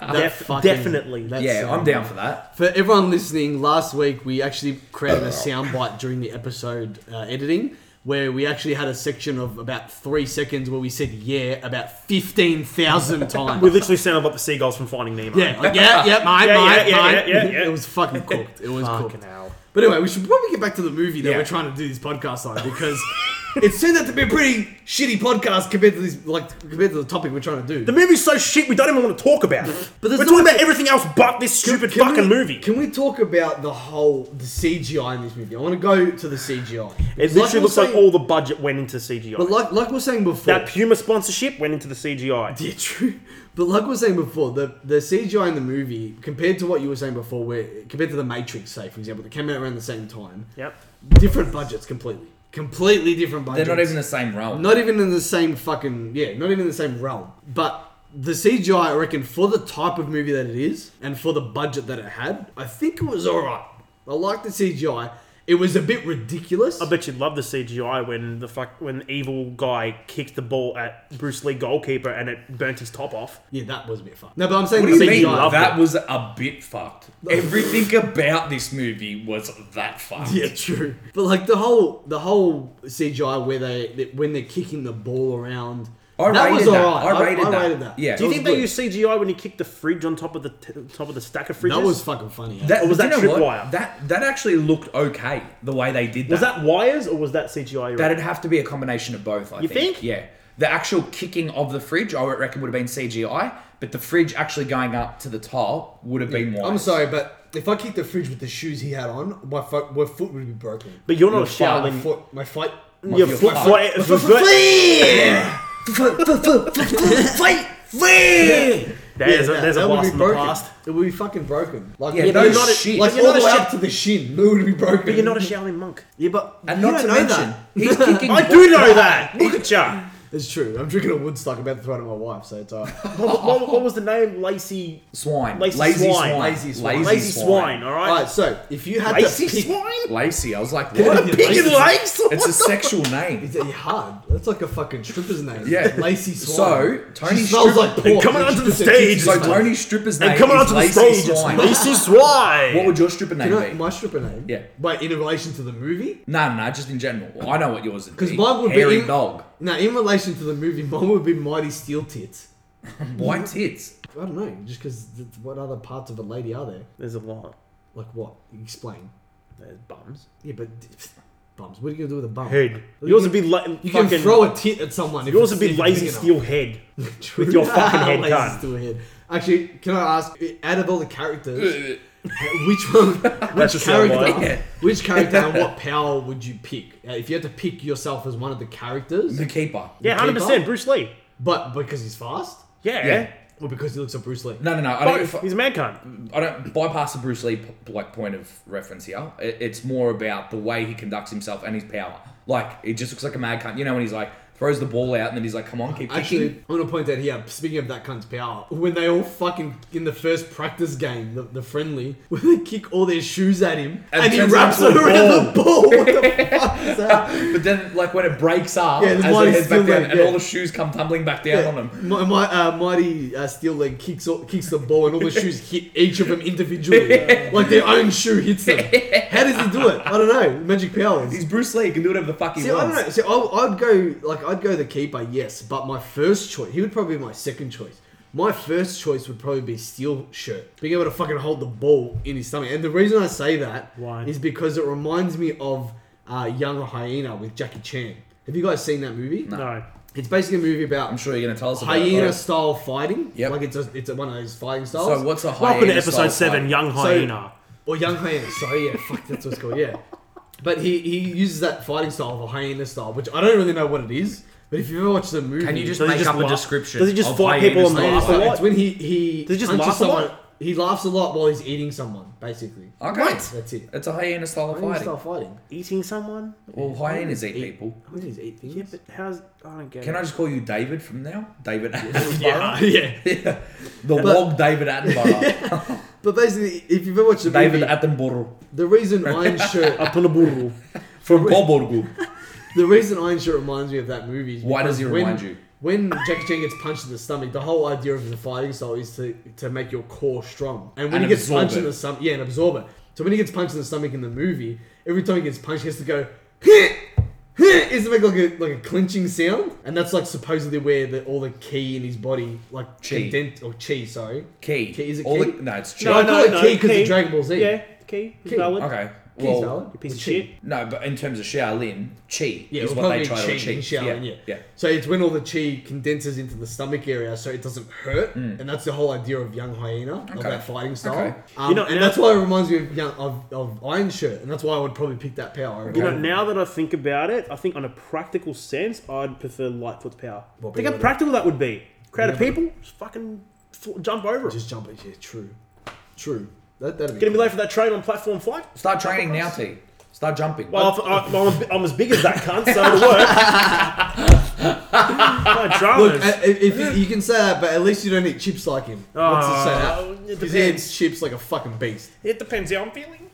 C: That
A: Def-
C: fucking-
A: definitely.
C: that
B: I'm
A: um,
C: sound-
B: down for that.
C: For everyone listening, last week we actually created a soundbite during the episode uh, editing where we actually had a section of about three seconds where we said yeah about 15,000 times.
A: We literally sounded like the seagulls from Finding Nemo.
C: Yeah, like, yeah, yeah, mine,
A: Yeah, yeah,
C: mine,
A: yeah,
C: mine.
A: yeah, yeah, yeah.
C: It was fucking cooked. It was
A: Fucking
C: cooked.
A: hell.
C: But anyway, we should probably get back to the movie that
B: Yeah.
C: we're trying to do this podcast on because it's turned out to be a pretty shitty podcast compared to this, like compared to the topic we're trying to do.
A: The movie's so shit we don't even want to talk about it.
C: But
A: We're
C: there's
A: talking
C: no-
A: about everything else but this stupid
C: Can we-
A: fucking movie.
C: Can we talk about the whole the CGI in this movie? I want to go to the CGI.
A: It literally
C: Because we're
A: looks like
C: saying-
A: all the budget went into CGI.
C: But like, like we we're saying before,
A: that Puma sponsorship went into the CGI.
C: Yeah, true. But like we were saying before, the, the CGI in the movie, compared to what you were saying before, where compared to the Matrix, say for example, that came out around the same time,
A: Yep.
C: different budgets completely, completely different
B: They're
C: budgets.
B: not even the same realm.
C: Not even in the same fucking yeah, not even in the same realm. But the CGI, I reckon, for the type of movie that it is and for the budget that it had, I think it was alright. I liked the CGI. It was a bit ridiculous.
A: I bet you'd love the CGI when the fuck when the evil guy kicked the ball at Bruce Lee goalkeeper and it burnt his top off.
C: yeah, that was a bit fun. No, but I'm saying
B: What do
C: the
B: you
A: They
B: mean?
A: loved
C: CGI.
B: That was a bit fucked. Everything about this movie was that fucked.
C: Yeah, true. But like the whole the whole CGI where they that- when they're kicking the ball around,
B: I
C: that
B: rated
C: was
B: that.
C: alright.
B: I rated that. Yeah.
A: Do you
C: That
A: think
C: was
A: they
C: good.
A: used CGI when he kicked the fridge on top of the t- top of the stack of fridges?
C: that was fucking funny? eh?
A: Or was
B: you
A: that
B: know what?
A: tripwire?
B: That that actually looked okay the way they did that.
A: was that wires or was that CGI? you
B: That'd have to be a combination of both. I
A: You think?
B: Yeah. The actual kicking of the fridge, I would reckon, would have been CGI, But the fridge actually going up to the top would have been wise.
C: I'm sorry, but if I kicked the fridge with the shoes he had on, my, fo- my foot would be broken.
A: But you're not
C: My foot-
A: shouting-
C: foot- My foot.
A: Um, Mm. Your foot, foot, foot,
C: Fight! Fight!
A: There's, a,
C: that-
A: there's a
C: that would
A: blast
C: be
A: in the
C: broken.
A: past.
C: It would be fucking broken. Like,
B: Yeah,
C: you
B: but
C: know,
B: you're
C: not
B: not a
C: a,
B: shit-
C: like
A: but you're
C: all
A: not
C: the
A: a
C: way
A: shit-
C: up to the shin. It would be broken.
A: But you're not a Shaolin monk.
C: Yeah, but
B: and not to
C: you don't know
B: mention, he's kicking.
A: I
B: balls-
A: do know that. Look at ya.
C: that. It's true. I'm drinking a Woodstock about to throw to my wife, so it's alright.
A: What, what- what was the name? Lacey.
B: Swine.
A: Lazy
B: Lazy,
A: swine.
B: swine.
C: Lazy swine.
A: Lazy, swine. All right.
C: alright, so if you had
A: Lacey
C: to pick,
A: swine.
B: Lacy. I was like, what?
C: Pig and legs?
B: It's a sexual name.
C: Is it hard? That's like a fucking stripper's name.
B: Yeah.
C: Lacey Swan.
B: So, Tony
C: she smells
B: Stripper-
C: like pork.
A: coming
C: She
A: onto the
C: just-
A: stage
B: So
C: She's like,
B: Tony Stripper's name
A: And coming
B: is
A: onto the
B: Lacy
A: stage, it's
B: Swine.
A: Lacey
B: What
A: swine.
B: would your stripper name
C: you know
B: be?
C: my stripper name?
B: Yeah.
C: But in relation to the movie?
B: No, no, no, just in general. I know what yours would be.
C: Because mine would
B: Hairy
C: be in,
B: dog.
C: No, in relation to the movie, mine would be Mighty Steel Tits.
B: White tits.
C: I don't know, just because what other parts of a lady are there?
A: There's a lot.
C: Like what? Explain.
A: There's bums.
C: Yeah, but bums. What are you gonna do with a bum?
A: Head.
C: You
A: Yours would
C: can-
A: be like
C: You
A: fucking.
C: can throw a tit at someone. if
A: yours would
C: it's
A: be
C: even
A: lazy
C: big enough.
A: steel head with your fucking head
C: Lazy
A: cut.
C: Steel head. Actually, can I ask? Out of all the characters, which one? Which
A: a sound
C: character?
B: bite.
C: Which character and what power would you pick? Uh, if you had to pick yourself as one of the characters,
B: The keeper.
A: Yeah, hundred percent. Bruce Lee.
C: but because he's fast,
A: Yeah.
B: Yeah.
C: or because he looks like Bruce Lee?
B: No, no, no. I don't,
A: Both. He's a man cunt.
B: I don't bypass the Bruce Lee p- like point of reference here. It, it's more about the way he conducts himself and his power. Like it just looks like a mad cunt. You know when he's like throws the ball out and then he's like, "Come on, keep
C: Actually,
B: kicking."
C: I'm gonna point out here. Speaking of that cunt's power, when they all fucking in the first practice game, the, the friendly, where they kick all their shoes at him and,
B: And
C: he
B: turns
C: wraps
B: it
C: it
B: into a
C: around the ball. What the fuck is that?
B: But then, like when it breaks up,
C: Yeah, the
B: as
C: body's
B: it heads
C: still
B: back down,
C: there,
B: and
C: yeah.
B: all the shoes come tumbling back down on him.
C: My, my uh, mighty uh, steel leg kicks all, kicks the ball, and all the shoes hit each of them individually, like their own shoe hits them. How does he do it? I don't know. Magic powers.
B: He's Bruce Lee. He can do whatever the fuck he
C: See, I don't
B: wants.
C: know. See, I, I'd go like I'd go the keeper, yes, but my first choice, he would probably be my second choice. My first choice would probably be steel shirt, being able to fucking hold the ball in his stomach. And the reason I say that is
A: Why?
C: because it reminds me of uh, Young Hyena with Jackie Chan. Have you guys seen that movie?
A: No.
C: It's basically a movie about
B: I'm sure you're gonna tell us about
C: hyena
B: it.
C: style fighting.
B: Yep.
C: like it's a, it's a, one of those fighting styles.
B: So what's a hyena?
A: Welcome to episode
B: style
A: seven,
B: fight?
A: Young
C: So-
A: Hyena.
C: Or young hyena. Sorry, yeah, fuck, that's what it's called. Yeah, but he he uses that fighting style of a hyena style, which I don't really know what it is. But if you ever watch the movie,
B: Can you just
A: Does he
B: make
A: just
B: up
A: laugh?
B: a description?
A: Does he just
B: of
A: fight
B: hyena
A: people and
B: style
A: laugh a
B: fighting?
A: lot?
C: it's when he he
A: Does he just
C: punches
A: laugh a
C: someone.
A: lot?
C: He laughs a lot while he's eating someone, basically.
B: Okay,
C: That's it.
B: It's a hyena style of
C: Hyena
B: fighting.
C: style fighting.
A: Eating someone?
B: Well, hyenas eat people.
C: How many is eight things?
A: Yeah, but how's I don't get
B: Can
A: it.
B: I just call you David from now? David Attenborough.
C: yeah, yeah.
B: yeah. The Wog David Attenborough.
C: But basically, if you've ever watched the
B: David
C: movie,
B: Attenborough.
C: the reason Iron Shirt,
A: Up on a burro.
B: From Boborgu.
C: the reason Iron Shirt reminds me of that movie. Is
B: Why does he
C: because when-
B: remind you?
C: When Jackie Chan gets punched in the stomach, the whole idea of the fighting style is to, to make your core strong. And when
B: And
C: he gets
B: absorb
C: punched in
B: it.
C: the stomach, yeah, and absorb it. So when he gets punched in the stomach in the movie, every time he gets punched, he has to go, "Heh, heh," is to make like a like a clinching sound, and that's like supposedly where the, all the key in his body, like
B: Chi.
C: condensed or chi, sorry,
B: Key.
C: Key, is it
B: All
C: key?
B: The, no, it's Chi.
C: No, I call it key 'cause of Dragon Ball Z.
A: Yeah, key.
C: Key.
A: Valid.
B: Okay.
C: Key's
B: Well,
C: valid.
A: You piece of
C: Chi.
A: shit.
B: No, but in terms of Shaolin, Chi
C: Yeah,
B: is
C: it's
B: what
C: probably
B: they try
C: chi
B: to achieve.
C: in Shaolin, yeah.
B: yeah.
C: So it's when all the chi condenses into the stomach area, so it doesn't hurt, and that's the whole idea of young hyena, of
B: Mm. Okay.
C: that fighting style.
B: Okay.
C: Um,
A: You know,
C: and
A: now-
C: that's why it reminds me of, young, of of Iron Shirt, and that's why I would probably pick that power.
A: You
C: over-
A: know, now that I think about it, I think on a practical sense, I'd prefer Lightfoot's power.
C: What
A: think
C: be
A: how
C: it?
A: practical that would be. Crowd of people, just fucking fl- jump over 'em.
C: Just jump it. Yeah, true, true. That that'd be.
A: Gonna be
C: cool.
A: late for that train on platform flight.
B: Start training now, T. Start jumping.
A: Well, if- I, well, I'm, I'm as big as that cunt, so it'll work. My dramas.
C: Look, uh, if if you, you can say that, but at least you don't eat chips like him. What's to say
A: Ah,
C: that?
A: it
C: Because he
A: depends.
C: eats chips like a fucking beast.
A: it depends how I'm feeling.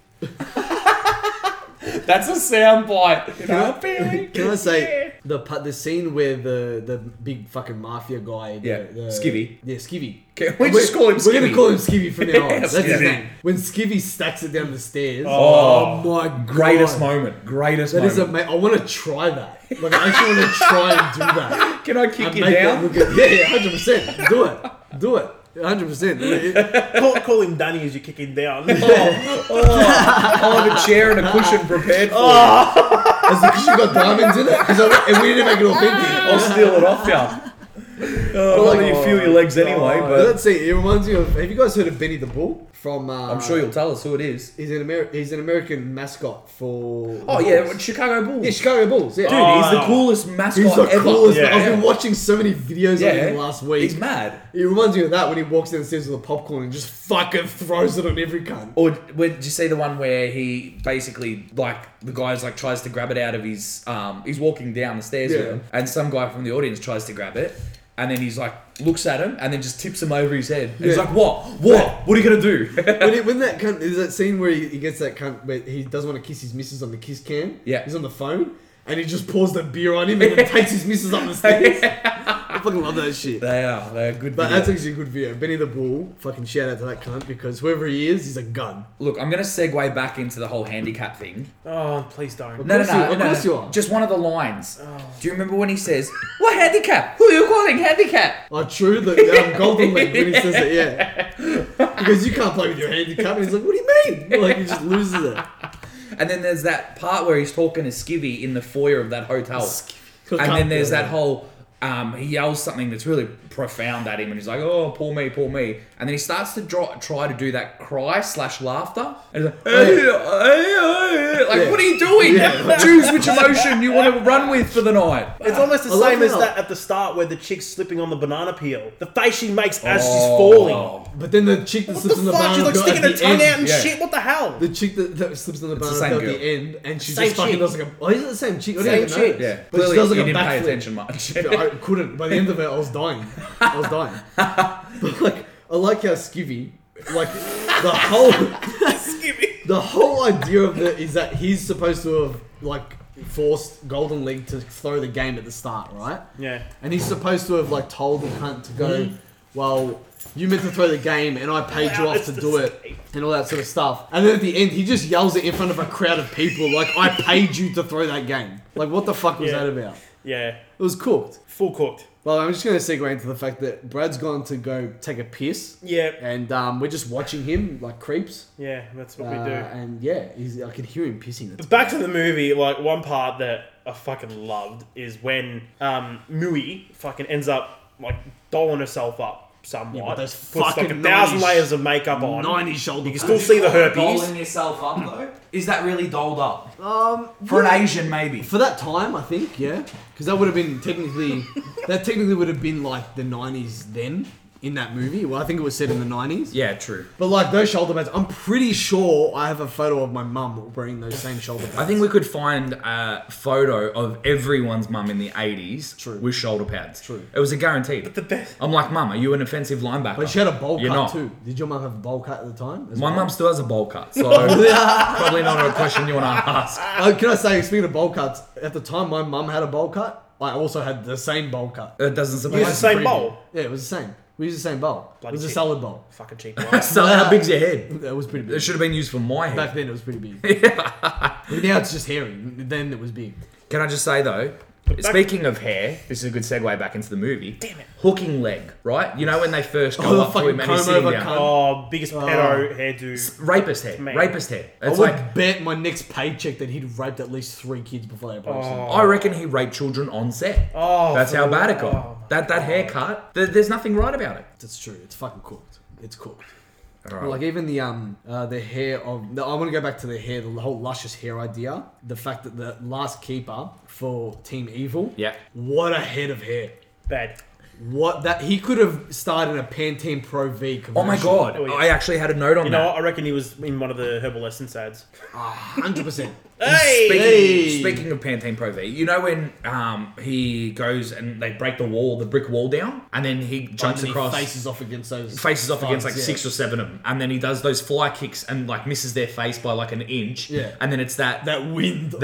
B: That's a sound bite. You know, feeling.
C: Can I say
A: Yeah.
C: the part, the scene where the the big fucking mafia guy, the,
B: Yeah,
C: the,
B: Skivvy.
C: yeah, Skivvy.
B: Can we just call him
C: We're gonna
B: Skivvy?
C: call him Skivvy from now on.
B: Yeah,
C: That's his
B: Skivvy.
C: name. When Skivvy stacks it down the stairs.
B: Oh,
C: my god!
B: Greatest moment. Greatest
C: That
B: moment.
C: is amazing. I want to try that. Like I actually want to try and do that.
B: Can I kick
C: And
B: you
C: make that
B: down?
C: look good. Yeah, yeah, hundred percent. Do it. Do it. Hundred percent.
A: Call, call him Danny as you're kicking down.
B: I'll have a chair and a cushion prepared for you.
C: Has the cushion got diamonds in it? Because we didn't make it authentic.
B: I'll steal it off you.
E: Well,
C: like-
E: you feel your legs anyway,
C: But
E: but
C: let's see. It reminds me of. Have you guys heard of Benny the Bull from? Uh,
E: I'm sure you'll tell us who it is.
C: He's an Amer- He's an American mascot for.
E: Oh yeah, Chicago Bulls.
C: yeah, Chicago Bulls. Yeah,
E: Dude, he's the
A: Oh.
E: coolest mascot
C: He's the
E: ever.
C: coolest.
A: Yeah.
C: I've been watching so many videos
E: Yeah,
C: of him last week.
E: He's mad.
C: It reminds me of that when he walks downstairs with a popcorn and just fucking throws it on every cunt.
B: Or when, did you see the one where he basically like the guy's like tries to grab it out of his um he's walking down the stairs with
C: Yeah.
B: him and some guy from the audience tries to grab it and then he's like looks at him and then just tips him over his head and he's
C: Yeah.
B: like what what what are you gonna do
C: when, it, when that cunt, there's that scene where he, he gets that cunt, where he doesn't want to kiss his missus on the kiss cam.
B: Yeah.
C: He's on the phone and he just pours the beer on him and then takes his missus up the stairs. I fucking love that shit.
B: they are they're good
C: But
B: video.
C: that's actually a good video. Benny the Bull, fucking shout out to that cunt because whoever he is, he's a gun.
B: look I'm gonna segue back into the whole handicap thing
A: Oh, please don't.
B: no no
C: course
B: no
C: you- of
B: no,
C: course
B: no.
C: you are. Oh.
B: just one of the lines do you remember when he says what handicap who are you calling handicap
C: Oh, true, the um, golden leg when he says it, yeah. Because you can't play with your handicap. And he's like, what do you mean? Like, he just loses it.
B: and then there's that part where he's talking to Skivvy in the foyer of that hotel. and then there's that whole um, he yells something that's really profound at him, and he's like, "Oh, poor me, poor me," and then he starts to draw, try to do that cry slash laughter, and he's like, "Hey, hey, hey," like
C: Oh, Yeah.
B: what are you doing?
C: Yeah.
B: Choose which emotion you want to run with for the night.
A: It's almost the
C: I love
A: same as
C: how-
A: that at the start where the chick's slipping on the banana peel. The face she makes as she's
B: Oh,
A: falling.
C: But then the chick that
A: What
C: Oh. slips
A: the
C: in the
A: fuck?
C: banana
A: She's like
C: at
A: sticking
C: the
A: her tongue
C: end-
A: out and
B: yeah.
A: shit. What the hell?
C: The chick that, that slips in the
B: the
C: banana
B: same
C: at
B: girl.
C: the end, and she
A: Same
C: just fucking
A: chick.
C: does like a. Oh, is it the same chick? I
A: Same
C: don't even know.
A: chick.
B: Yeah,
C: but
B: clearly
C: she does like
B: you
C: a
B: didn't pay
C: backflip.
B: attention much.
C: I couldn't. By the end of it, I was dying. I was dying. But like, I like how Skivvy, like the whole, the whole idea of it is that he's supposed to have like forced Golden League to throw the game at the start, right?
A: yeah. Mm-hmm.
C: And he's supposed to have like told the cunt to go, well, you meant to throw the game and I paid you off to do it and all that sort of stuff. And then at the end, he just yells it in front of a crowd of people like, I paid you to throw that game. Like, what the fuck was
A: Yeah.
C: that about?
A: Yeah.
C: It was cooked.
A: Full cooked.
C: Well, I'm just going to segue into the fact that Brad's gone to go take a piss.
A: Yeah.
C: And um, we're just watching him like creeps.
A: Yeah. That's what
C: Uh,
A: we do.
C: And yeah, he's, I could hear him pissing. It's
A: Back to the movie, like one part that I fucking loved is when um, Mui fucking ends up like dolling herself up somewhat.
C: but those
A: puts
C: fucking
A: like a thousand
C: 90s
A: layers of makeup on.
C: 90 shoulder.
A: You can still see the herpes.
F: Doling yourself up though. Is that really doled up
C: Um,
F: for an Asian? Maybe.
C: For that time, I think, yeah, because that would have been technically that technically would have been like the '90s then in that movie. Well, I think it was set in the '90s.
B: yeah, true.
C: But like those shoulder pads, I'm pretty sure I have a photo of my mum wearing those same shoulder pads.
B: I think we could find a photo of everyone's mum in the 80s
C: True.
B: with shoulder pads.
C: True.
B: It was a guarantee.
A: The best.
B: I'm like, Mum, are you an offensive linebacker?
C: But she had a bowl
B: You're
C: cut
B: not.
C: too. Did your mum have a bowl cut at the time? as
B: My
C: well?
B: mum still has a bowl cut, so probably not a question you want to ask.
C: Uh, can I say, speaking of bowl cuts, at the time my mum had a bowl cut. I also had the same bowl cut.
B: That doesn't
A: It's
B: surprise
A: the
B: me.
A: same bowl.
C: Yeah, it was the same. We used the same bowl.
A: Bloody
C: it was a
A: shit.
C: salad bowl.
A: Fucking cheap. bowl.
B: So how big's your head?
C: That was pretty big.
B: It should have been used for my head.
C: Back then it was pretty big. But now it's just hairy. Then it was big.
B: Can I just say though? Speaking of hair, this is a good segue back into the movie. Damn it! Hooking leg, right? You know when they first go
C: Oh, the
B: up to him and
C: fucking
B: he's
C: comb
B: sitting
C: over
B: down.
C: cunt.
A: oh, biggest pedo hairdo.
B: Rapist hair,
A: Man.
B: rapist hair.
C: I
B: It's
C: would
B: like
C: bet my next paycheck that he'd raped at least three kids before they approached him.
B: I reckon he raped children on set.
A: Oh,
B: that's how
A: for-
B: bad it got.
A: oh.
B: That that haircut. There, there's nothing right about it.
C: That's true. It's fucking cooked. It's cooked.
B: All right.
C: Like even the um uh, the hair of no, I want to go back to the hair, the whole luscious hair idea. The fact that the last keeper for Team Evil.
B: Yeah.
C: What a head of hair.
A: Bad.
C: What that he could have started a Pantene Pro V commercial.
B: Oh my god!
A: Oh, yeah.
B: I actually had a note on
A: You
B: that.
A: know what? I reckon he was in one of the herbal essence ads.
C: Hundred percent.
A: Hey!
B: Speaking,
C: Hey!
B: speaking of Pantene Pro V, you know when um, he goes and they break the wall, the brick wall down, and then he jumps across,
C: faces off against those
B: faces off against like
C: thugs, yeah.
B: six or seven of them, and then he does those fly kicks and like misses their face by like an inch.
C: Yeah.
B: And then it's that that,
C: That wind.
B: wind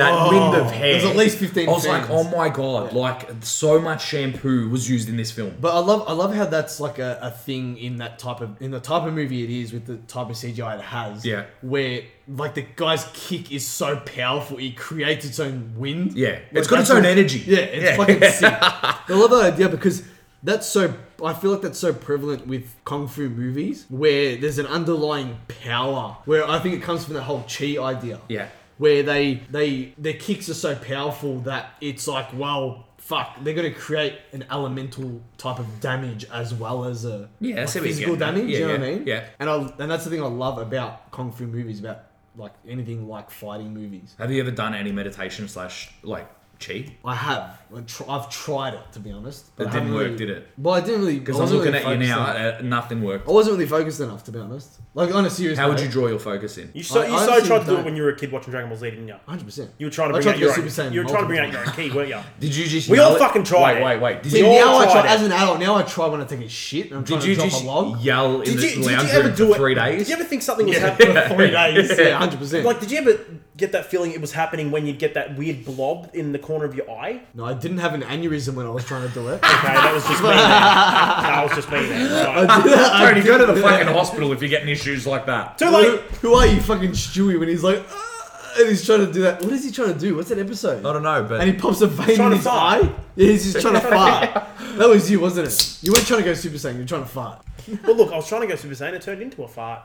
B: of hair.
C: There's at least fifteen.
B: I was like,
C: fans.
B: oh my god! Like so much shampoo was used in this film.
C: But I love I love how that's like a, a thing in that type of in the type of movie it is with the type of CGI it has.
B: Yeah.
C: Where like the guy's kick is so powerful, it creates its own wind.
B: Yeah.
C: Like,
B: It's got its
C: that's
B: own
C: a-
B: energy.
C: Yeah, it's
B: Yeah.
C: fucking sick. I love that idea because that's so I feel like that's so prevalent with kung fu movies where there's an underlying power where I think it comes from the whole chi idea.
B: yeah.
C: where they they their kicks are so powerful that it's like, well, fuck, they're gonna create an elemental type of damage as well as a
B: Yeah, I see what you're
C: like physical
B: getting at.
C: damage.
B: Yeah,
C: you know
B: yeah,
C: what I mean?
B: yeah.
C: And I and that's the thing I love about kung fu movies about like anything like fighting movies.
B: Have you ever done any meditation slash like chi?
C: I have. I tr- I've tried it to be honest. But
B: It
C: I
B: didn't
C: haven't
B: work,
C: really-
B: did it?
C: Well, I didn't really.
B: Because
C: I
B: I'm
C: wasn't
B: looking
C: really
B: at you
C: focused
B: now,
C: on it.
B: uh, nothing
A: Oh,
B: worked.
C: I wasn't really focused enough, to be honest. Like on a serious.
B: How would you draw your focus in?
A: You so
C: I-
A: you
C: I
A: so
C: honestly
A: tried to do it
C: don't.
A: when you were a kid watching Dragon Ball Z, didn't you?
C: Hundred percent.
A: You were trying to
C: I
A: bring
C: tried
A: out
C: to
A: your
C: go
A: own.
C: Super Saiyan
A: you were trying to
C: multiple
A: bring out your own key, weren't you?
B: Did you just?
A: We
B: yell
A: all
B: it?
A: fucking tried
B: Wait,
A: it.
B: wait, wait. Did
C: See,
A: We
B: you,
A: all
C: now I
A: tried
C: try
A: it.
C: as an adult. Now I try when I take a shit and I'm trying
B: did you
C: to drop
B: just
C: a log.
B: yell in
A: Did you,
B: the
A: did you
B: lounge
A: ever
B: room
A: do
B: for
A: it?
B: three
A: Did
B: days?
A: you ever think something was happening for three days?
C: Yeah, hundred percent.
A: Like, did you ever get that feeling? It was happening when you'd get that weird blob in the corner of your eye.
C: No, I didn't have an aneurysm when I was trying to do it.
A: Okay, that was just me. then. That was just me. then. Right.
B: Tony, go to the fucking hospital if you're getting issues like that.
A: Too
C: Who,
A: late.
C: who are you, fucking Stewie? When he's like, "Ah," and he's trying to do that. What is he trying to do? What's that episode?
G: I don't know, but
C: And he pops a vein
A: Trying
C: in
A: to
C: his
A: fart.
C: eye. Yeah, he's just trying to fart. That was you, wasn't it? You weren't trying to go Super Saiyan. You were trying to fart.
A: Well, look, I was trying to go Super Saiyan. It turned into a fart.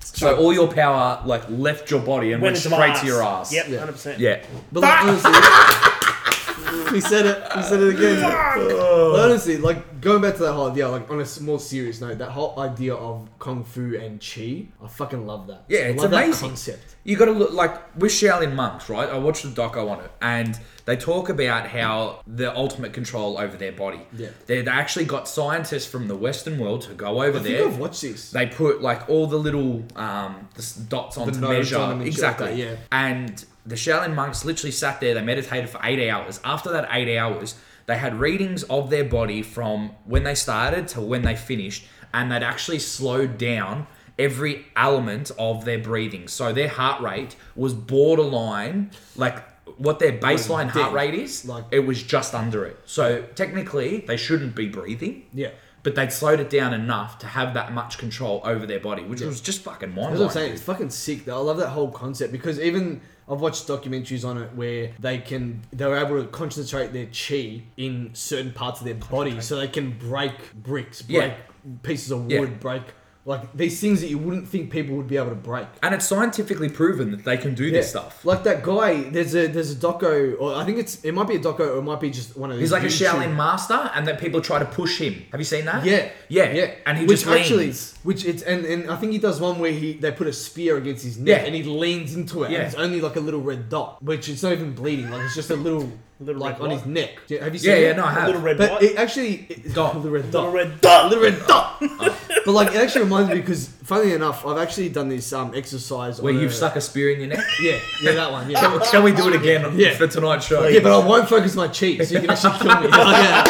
B: So all your power like left your body and went,
A: Went into my
B: straight
A: ass.
B: to your ass.
A: Yep, hundred percent.
B: Yeah.
C: But like, honestly, we said it. We said it again. But honestly, like going back to that whole idea, like on a more serious note, that whole idea of kung fu and chi, I fucking love that.
B: Yeah,
C: I
B: it's
C: love That
B: amazing.
C: concept.
B: You got to look like with Shaolin monks, right? I watched the doco on it, and they talk about how the ultimate control over their body.
C: Yeah.
B: they they actually got scientists from the Western world to go over
C: I think
B: there.
C: I've watched this.
B: They put like all the little um, the s- dots on to
C: nodes
B: measure
C: on them and shit like
B: exactly.
C: that, yeah.
B: And the Shaolin monks literally sat there. They meditated for eight hours. After that eight hours, they had readings of their body from when they started to when they finished, and they'd actually slowed down every element of their breathing. So their heart rate was borderline, like what their baseline heart rate is.
C: Like-
B: it was just under it. So technically, they shouldn't be breathing
C: Yeah.
B: but they'd slowed it down enough to have that much control over their body, which was just fucking mind
C: That's what I'm saying.
B: blowing.
C: It's fucking sick. Though. I love that whole concept because even I've watched documentaries on it where they can they were able to concentrate their chi in certain parts of their body, so they can break bricks, break
B: Yeah.
C: pieces of wood,
B: Yeah.
C: break like these things that you wouldn't think people would be able to break.
B: And it's scientifically proven that they can do
C: Yeah.
B: this stuff.
C: Like that guy, there's a there's a doco, or I think it's it might be a doco, or it might be just one of these.
B: He's like a
C: YouTube-
B: Shaolin master, and that people try to push him. Have you seen that?
C: Yeah,
B: yeah, And he
C: which
B: just
C: actually,
B: leans.
C: which it's and and I think he does one where he they put a spear against his neck
B: Yeah.
C: and he leans into it.
B: Yeah.
C: and it's only like a little red dot, which it's not even bleeding. Like it's just a little,
A: Little
C: like
A: red
C: on
A: dot.
C: his neck. Do you- Have you seen?
B: Yeah,
C: it?
B: yeah, no, I
A: Little
B: have.
A: red
C: But
A: dot.
C: it actually it,
B: Dot.
C: little red
A: Little
C: dot,
A: red dot.
C: little red dot.
B: Oh.
C: but like it actually reminds me because, funnily enough, I've actually done this um exercise
B: Where
C: on
B: you've
C: a-
B: stuck a spear in your neck.
C: Yeah, yeah, that one. Yeah.
B: Well, Can we do it again
C: Yeah.
B: for tonight's show?
C: Yeah, but I won't focus my cheeks. You can actually kill me. but